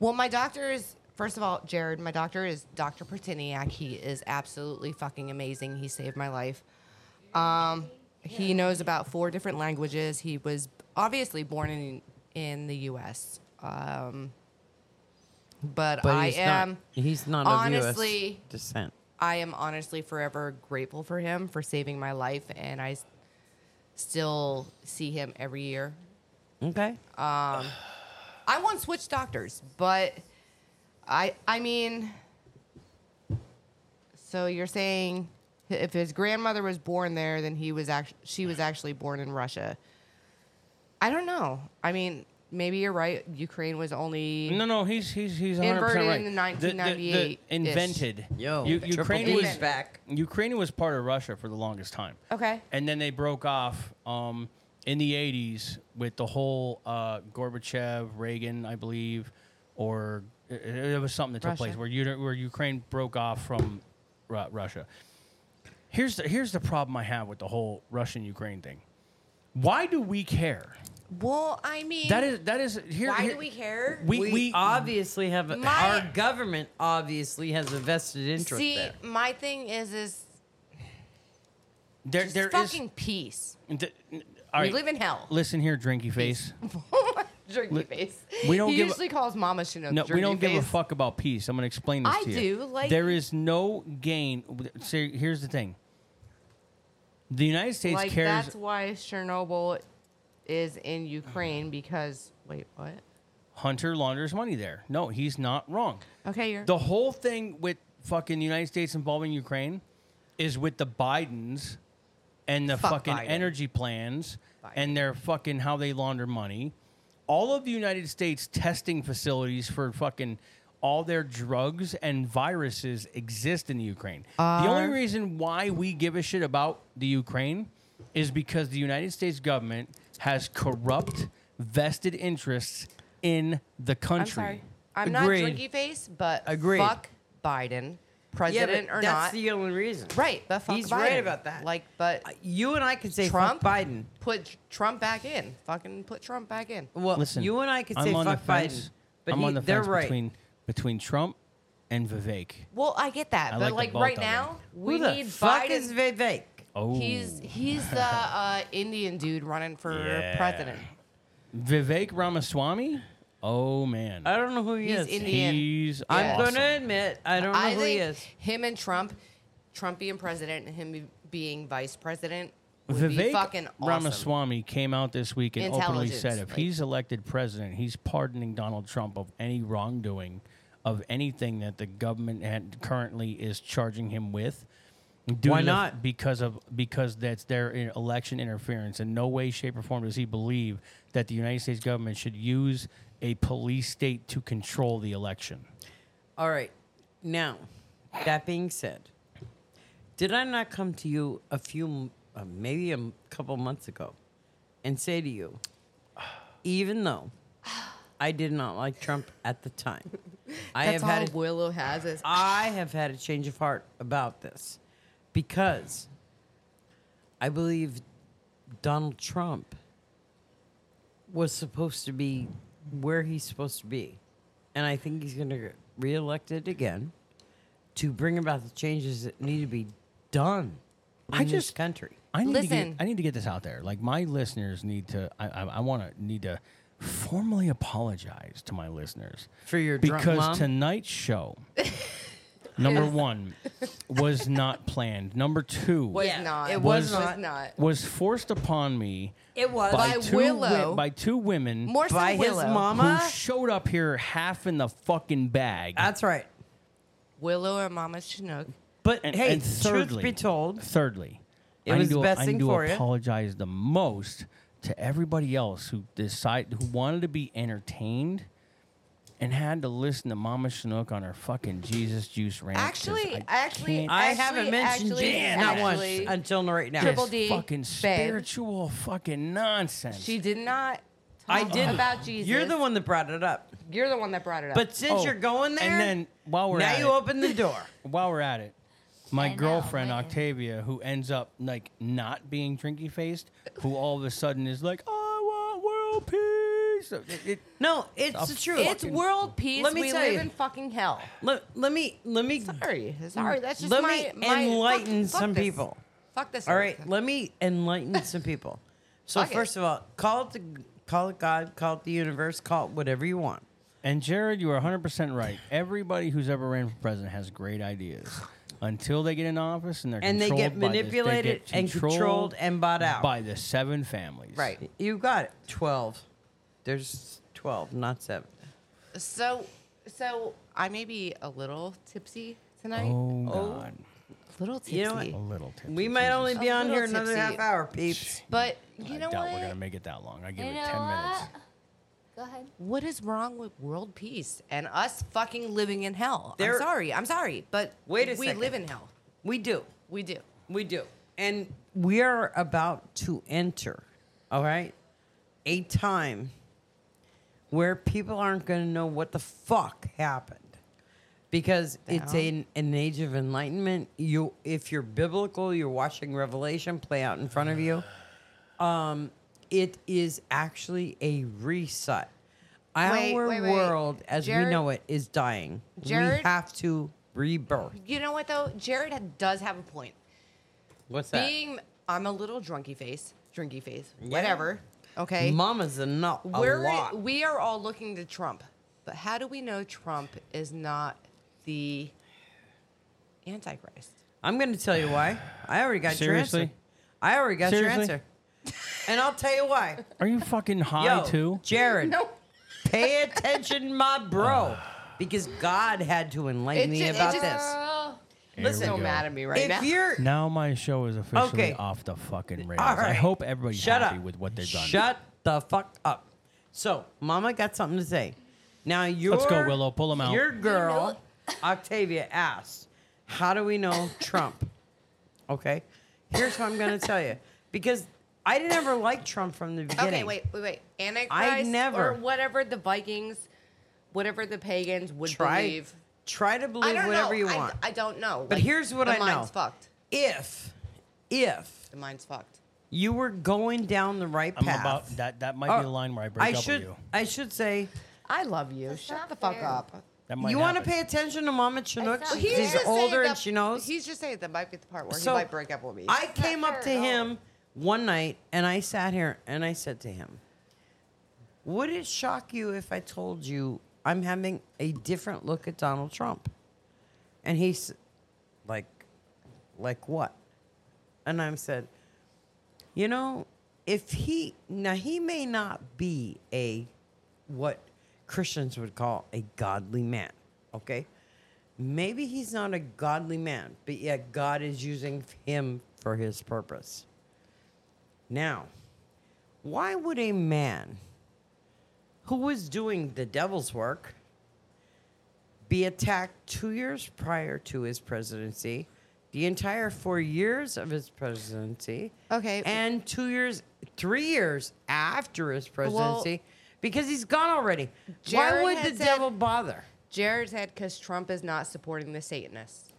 Well, my doctor is. First of all, Jared, my doctor is Dr. Pertiniak. He is absolutely fucking amazing. He saved my life. Um, he knows about four different languages. He was obviously born in in the U.S. Um, but, But I he's am. not, he's not of US honestly- descent. I am honestly forever grateful for him for saving my life, and I s- still see him every year. Okay, I won't switch doctors, but I I mean, so you're saying if his grandmother was born there, then he was actually she was actually born in Russia. I don't know. I mean, maybe you're right. Ukraine was only No, no, he's he's he's 100 Inverted right. in The- the- the 1998 -ish. invented. Yo, U- Triple Ukraine D's was back. Ukraine was part of Russia for the longest time. Okay. and then they broke off um, in the '80s with the whole uh, Gorbachev Reagan, I believe, or it, it was something that took Russia. place where Uni- where Ukraine broke off from Ru- Russia. Here's the here's the problem I have with the whole Russian Ukraine thing. Why do we care? Well, I mean, That is that is here. why here- do we care? We, we, we, obviously have a, My- our government obviously has a vested interest See, there. my thing is is there just there is- fucking peace. th- all We right, live in hell. Listen here, drinky face. Jerky Li- face. we don't he give a- usually calls Mama Chinook. No, we jerky don't give a face. fuck about peace. I'm gonna explain this I to you. do, like- there is no gain. See, here's the thing. The United States Like cares. that's why Chernobyl is in Ukraine Uh-huh. because wait, what? Hunter launders money there. No, he's not wrong. Okay, you're The whole thing with fucking United States involving Ukraine is with the Bidens and the Fuck fucking Biden. energy plans and their fucking how they launder money. All of the United States testing facilities for fucking all their drugs and viruses exist in the Ukraine. the only reason why we give a shit about the Ukraine is because the United States government has corrupt vested interests in the I'm country. sorry. I'm Agreed. not jerky face, but Agreed. fuck Biden, president yeah, but or that's not. the only reason. right, but fuck He's Biden. right about that. Like, but You and I could say Trump? fuck Biden. put Trump back in. Fucking put Trump back in. Well, Listen, you and I could I'm say on the fuck Biden. fence. But I'm he- on the they're fence right. between between Trump and Vivek. Well, I get that, I but like like, the right both of now, we Who the need fuck Biden. is Vivek? Oh, he's he's the uh, Indian dude running for Yeah. president. Vivek Ramaswamy. Oh man, I don't know who he He's is. Indian. he's I'm I'm awesome. gonna admit I don't know I who he think is. him and Trump, Trump being president and him be- being vice president would be Vivek fucking awesome. Ramaswamy came out this week and openly said, Intelligence, if like- he's elected president, he's pardoning Donald Trump of any wrongdoing, of anything that the government had, currently is charging him with. Due Why to the- not? because of because that's their in- election interference. In no way, shape, or form does he believe that the United States government should use a police state to control the election. All right. Now, that being said, did I not come to you a few, m- uh, maybe a m- couple months ago, and say to you, even though I did not like Trump at the time, I That's have all had a, Willow has is I have had a change of heart about this because I believe Donald Trump was supposed to be where he's supposed to be. And I think he's going to get reelected again to bring about the changes that need to be done in I this just- country. I need To Listen. get, I need to get this out there. Like my listeners need to. I I, I want to need to formally apologize to my listeners For your drunk because mom? tonight's show. number one was not planned. Number two was not. it was was not. not. was forced upon me. It was. by, By two wi- Willow. by two women More so By his Willow. mama? who showed up here half in the fucking bag. That's right. Willow and Mama Chinook. But And- hey, and thirdly, truth be told, thirdly, It I was need the to, best I thing need to for you. apologize the most to everybody else who decide who wanted to be entertained and had to listen to Mama Chinook on her fucking Jesus juice rant. 'cause Actually, I actually, can't- I Actually, haven't mentioned actually, Jesus not actually- once until right now. Triple this D, fucking babe. spiritual fucking nonsense. She did not. I talk did about Jesus. You're the one that brought it up. You're the one that brought it up. But since Oh, you're going there, and then while we're now at you it- open the door. while we're at it, my I know, girlfriend man. Octavia, who ends up like not being drinky faced, who all of a sudden is like, "I want world peace." It- it- No, it's A the truth. it's world peace. Let me we tell live you. in fucking hell. let, let me let me Mm, Sorry, sorry. That's just let my, me my enlighten fuck- fuck some this. people. Fuck this. All right, let me enlighten some people. So Fuck it. first of all, call it the, call it God, call it the universe, call it whatever you want. And Jared, you are 100% right. Everybody who's ever ran for president has great ideas until they get in office and they're And they controlled get by this- they manipulated get and controlled and bought out. by the seven families. Right. You got it. Twelve. There's twelve, not seven. So, so I may be a little tipsy tonight. Oh, God. little tipsy. You know A little tipsy. We might only be A on here little another tipsy. half hour, peeps. but I you know doubt what? we're going to make it that long. I give You it know 10 minutes. what? Go ahead. what is wrong with world peace and us fucking living in hell? There- I'm sorry. I'm sorry, but Wait a we second. live in hell. We do. We do. We do. And we are about to enter, all right, a time where people aren't going to know what the fuck happened. Because it's an, an age of enlightenment. You, if you're biblical, you're watching Revelation play out in front of you. Um, it is actually a reset. Wait, Our wait, wait. world, as we Jared- know it, is dying. we Jared- have to rebirth. You know what though? Jared ha- does have a point. What's that? Being I'm a little drunky face, drinky face, whatever. Okay. Mama's a not a We're lot. we are all looking to Trump. But how do we know Trump is not the antichrist? I'm going to tell you why. I already got your Seriously? answer. I already got your Seriously? answer. And I'll tell you why. Are you fucking high Yo, too? Jared, pay attention, my bro, because God had to enlighten me about this. Here we so go. mad at me right if now. you're Now my show is officially Okay. off the fucking rails. all right, I hope everybody's Shut happy up. with what they've done. Shut the fuck up. So, Mama got something to say. Now your Let's go, Willow. Pull 'em out. Your girl Octavia asked, "How do we know Trump?" Okay, here's what I'm going to tell you because I didn't ever like Trump from the beginning. Okay, wait, wait, wait. Antichrist never- or whatever the Vikings, whatever the pagans would Try, believe. try to I believe don't whatever know. you I- want. I, don't know. But here's what the I know. mind's fucked. if if The mind's fucked. you were going down the right I'm path. about that. That might be Oh, the line where I break I up should with you. I should say I love you. not Shut the fuck fair. up. That might you want to happen. pay attention to Mama Chinook. It's not She's, fair. He's just older saying and that- she knows. He's just saying that might be the part where So, he might break up with me. I came not up to fair at all. him one night and I sat here and I said to him, "Would it shock you if I told you I'm having a different look at Donald Trump?" And he's like, "Like what?" And I said, "You know, if he now he may not be a what Christians would call a godly man, okay? Maybe he's not a godly man, but yet God is using him for his purpose. Now, why would a man who was doing the devil's work be attacked two years prior to his presidency, the entire four years of his presidency, Okay. and two years, three years after his presidency, because he's gone already. why Jared would had the said- devil bother? Jared's head because Trump is not supporting the Satanists.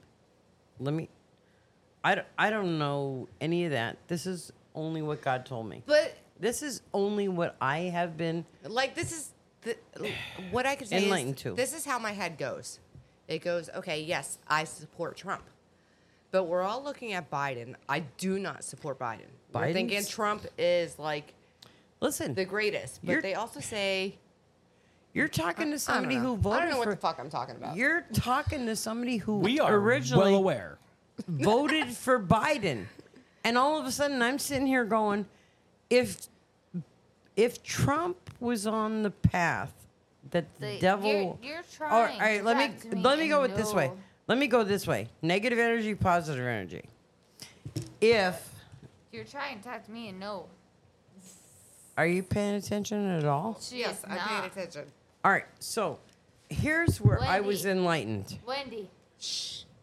Let me. I don't, I don't know any of that. This is only what God told me. But This is only what I have been. like this is the, what I could say. Enlightened is, too. This is how my head goes. It goes okay. Yes, I support Trump, but we're all looking at Biden. I do not support Biden. We're thinking Biden's- Trump is like Listen, the greatest, but You're- they also say you're talking to I don't somebody know. who voted I don't know for. what the fuck I'm talking about. You're talking to somebody who We are originally well aware. voted for Biden, and all of a sudden I'm sitting here going, if if Trump was on the path that the, The- devil, you're- you're all trying right, to let talk me to me let me go and with this way. no. Let me go this way. Negative energy, positive energy. If You're trying to talk to me and no. are you paying attention at all? She yes, is not. attention. All right, so here's where I was Wendy. enlightened. Wendy,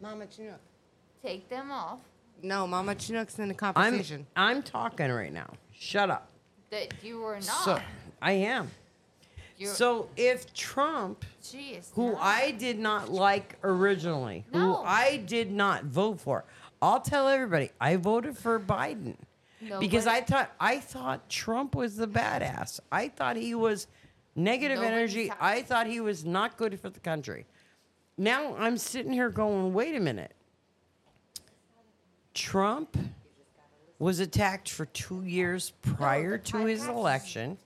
Mama Chinook. take them off. No, Mama Chinook's in the I'm conversation. I'm talking right now. Shut up. That you were not. So I am. You're- so if Trump, she is who not. I did not like originally, No. who I did not vote for, I'll tell everybody I voted for Biden Nobody- because I thought I thought Trump was the badass. I thought he was negative Nobody energy. thought- I thought he was not good for the country. Now I'm sitting here going, wait a minute. Trump was attacked for two years prior to his election.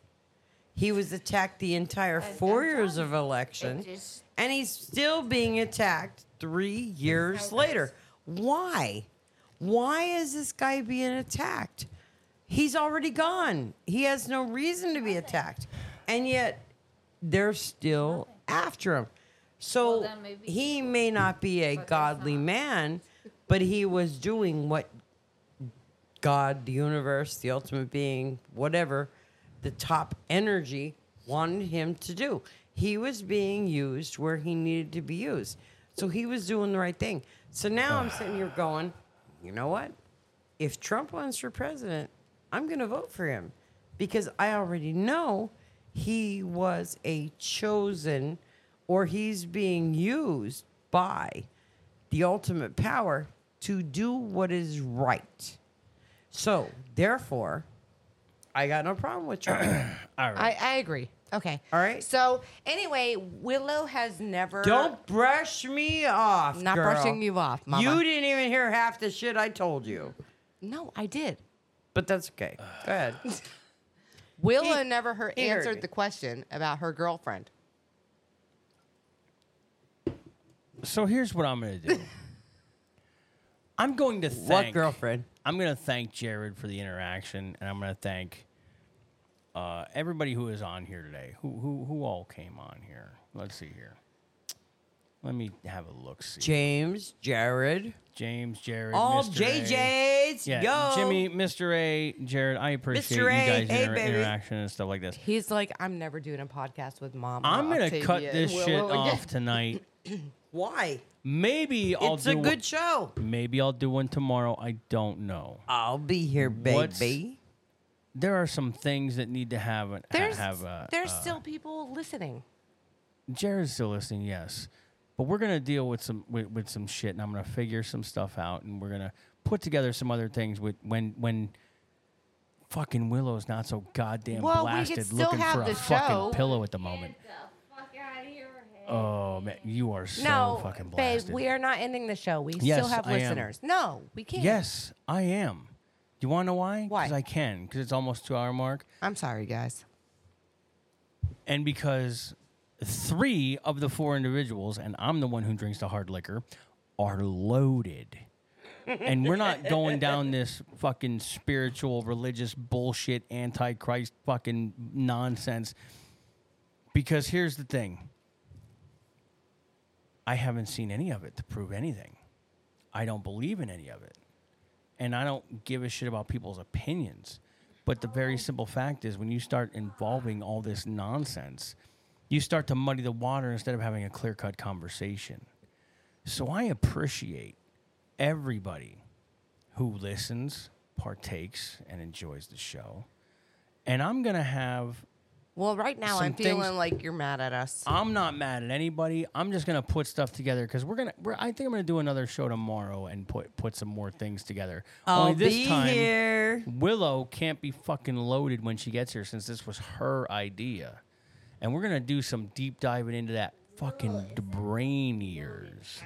He was attacked the entire four years of election, It just- and he's still being attacked three years later. Why? Why is this guy being attacked? He's already gone. He has no reason to be attacked, and yet they're still after him. So Well, then maybe- he may not be a But that's godly not- man, but he was doing what God, the universe, the ultimate being, whatever, the top energy wanted him to do. He was being used where he needed to be used. So he was doing the right thing. So now I'm sitting here going, you know what? If Trump runs for president, I'm going to vote for him because I already know he was a chosen or he's being used by the ultimate power to do what is right. So, therefore, I got no problem with Charlie. All right. I, I agree. Okay. All right. So anyway, Willow has never. Don't brush me off. Not girl. brushing you off, Mama. You didn't even hear half the shit I told you. No, I did. But that's okay. Go ahead. Willow never her- he heard answered me. the question about her girlfriend. so here's what I'm going to do. I'm going to thank What girlfriend? I'm going to thank Jared for the interaction, and I'm going to thank uh, everybody who is on here today. Who who who all came on here? Let's see here. Let me have a look. See James, Jared, James, Jared, all Mr. A. JJ's. Yeah, Yo. Jimmy, Mr. A, Jared. I appreciate Mr. A, you guys' hey, inter- baby. interaction and stuff like this. He's like, I'm never doing a podcast with Mama. I'm gonna cut Octavia this and Willow shit again." off tonight. Why? Maybe I'll it's do a one- good show. Maybe I'll do one tomorrow. I don't know. I'll be here, baby. What's- There are some things that need to have an, ha- There's have a. there's uh, still people listening. Jared's still listening, yes, but we're gonna deal with some with, with some shit, and I'm gonna figure some stuff out, and we're gonna put together some other things with when when fucking Willow's not so goddamn Well, we could blasted still looking have for a the show. fucking pillow at the moment. Oh man, you are so no, fucking babe, blasted. we are not ending the show. We Yes, still have I am. listeners. No, we can't. Yes, I am. Do you want to know why? Why? Because I can. Because it's almost two hour mark, I'm sorry, guys. and because three of the four individuals, and I'm the one who drinks the hard liquor, are loaded. and we're not going down this fucking spiritual, religious bullshit, antichrist fucking nonsense. Because here's the thing I haven't seen any of it to prove anything. I don't believe in any of it. And I don't give a shit about people's opinions. But the very simple fact is, when you start involving all this nonsense, you start to muddy the water instead of having a clear cut conversation. So I appreciate everybody who listens, partakes, and enjoys the show. And I'm going to have Well, right now Some I'm things- feeling like you're mad at us. I'm not mad at anybody. I'm just gonna put stuff together because we're gonna. We're, I think I'm gonna do another show tomorrow and put put some more things together. I'll Only this be time, here. Willow can't be fucking loaded when she gets here since this was her idea, and we're gonna do some deep diving into that fucking brain ears.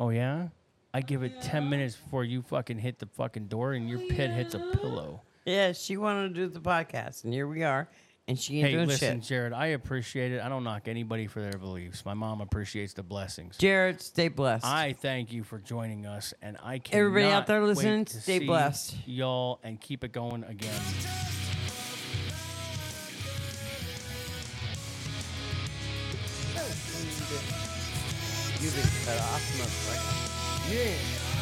Oh yeah, I give it ten minutes before you fucking hit the fucking door and your pit hits a pillow. Yeah, she wanted to do the podcast, and here we are. And she ain't Hey, doing listen, shit. Jared. I appreciate it. I don't knock anybody for their beliefs. My mom appreciates the blessings. Jared, stay blessed. I thank you for joining us, and I can Everybody out there listening, stay blessed. y'all, and keep it going again. You been cut off, motherfucker.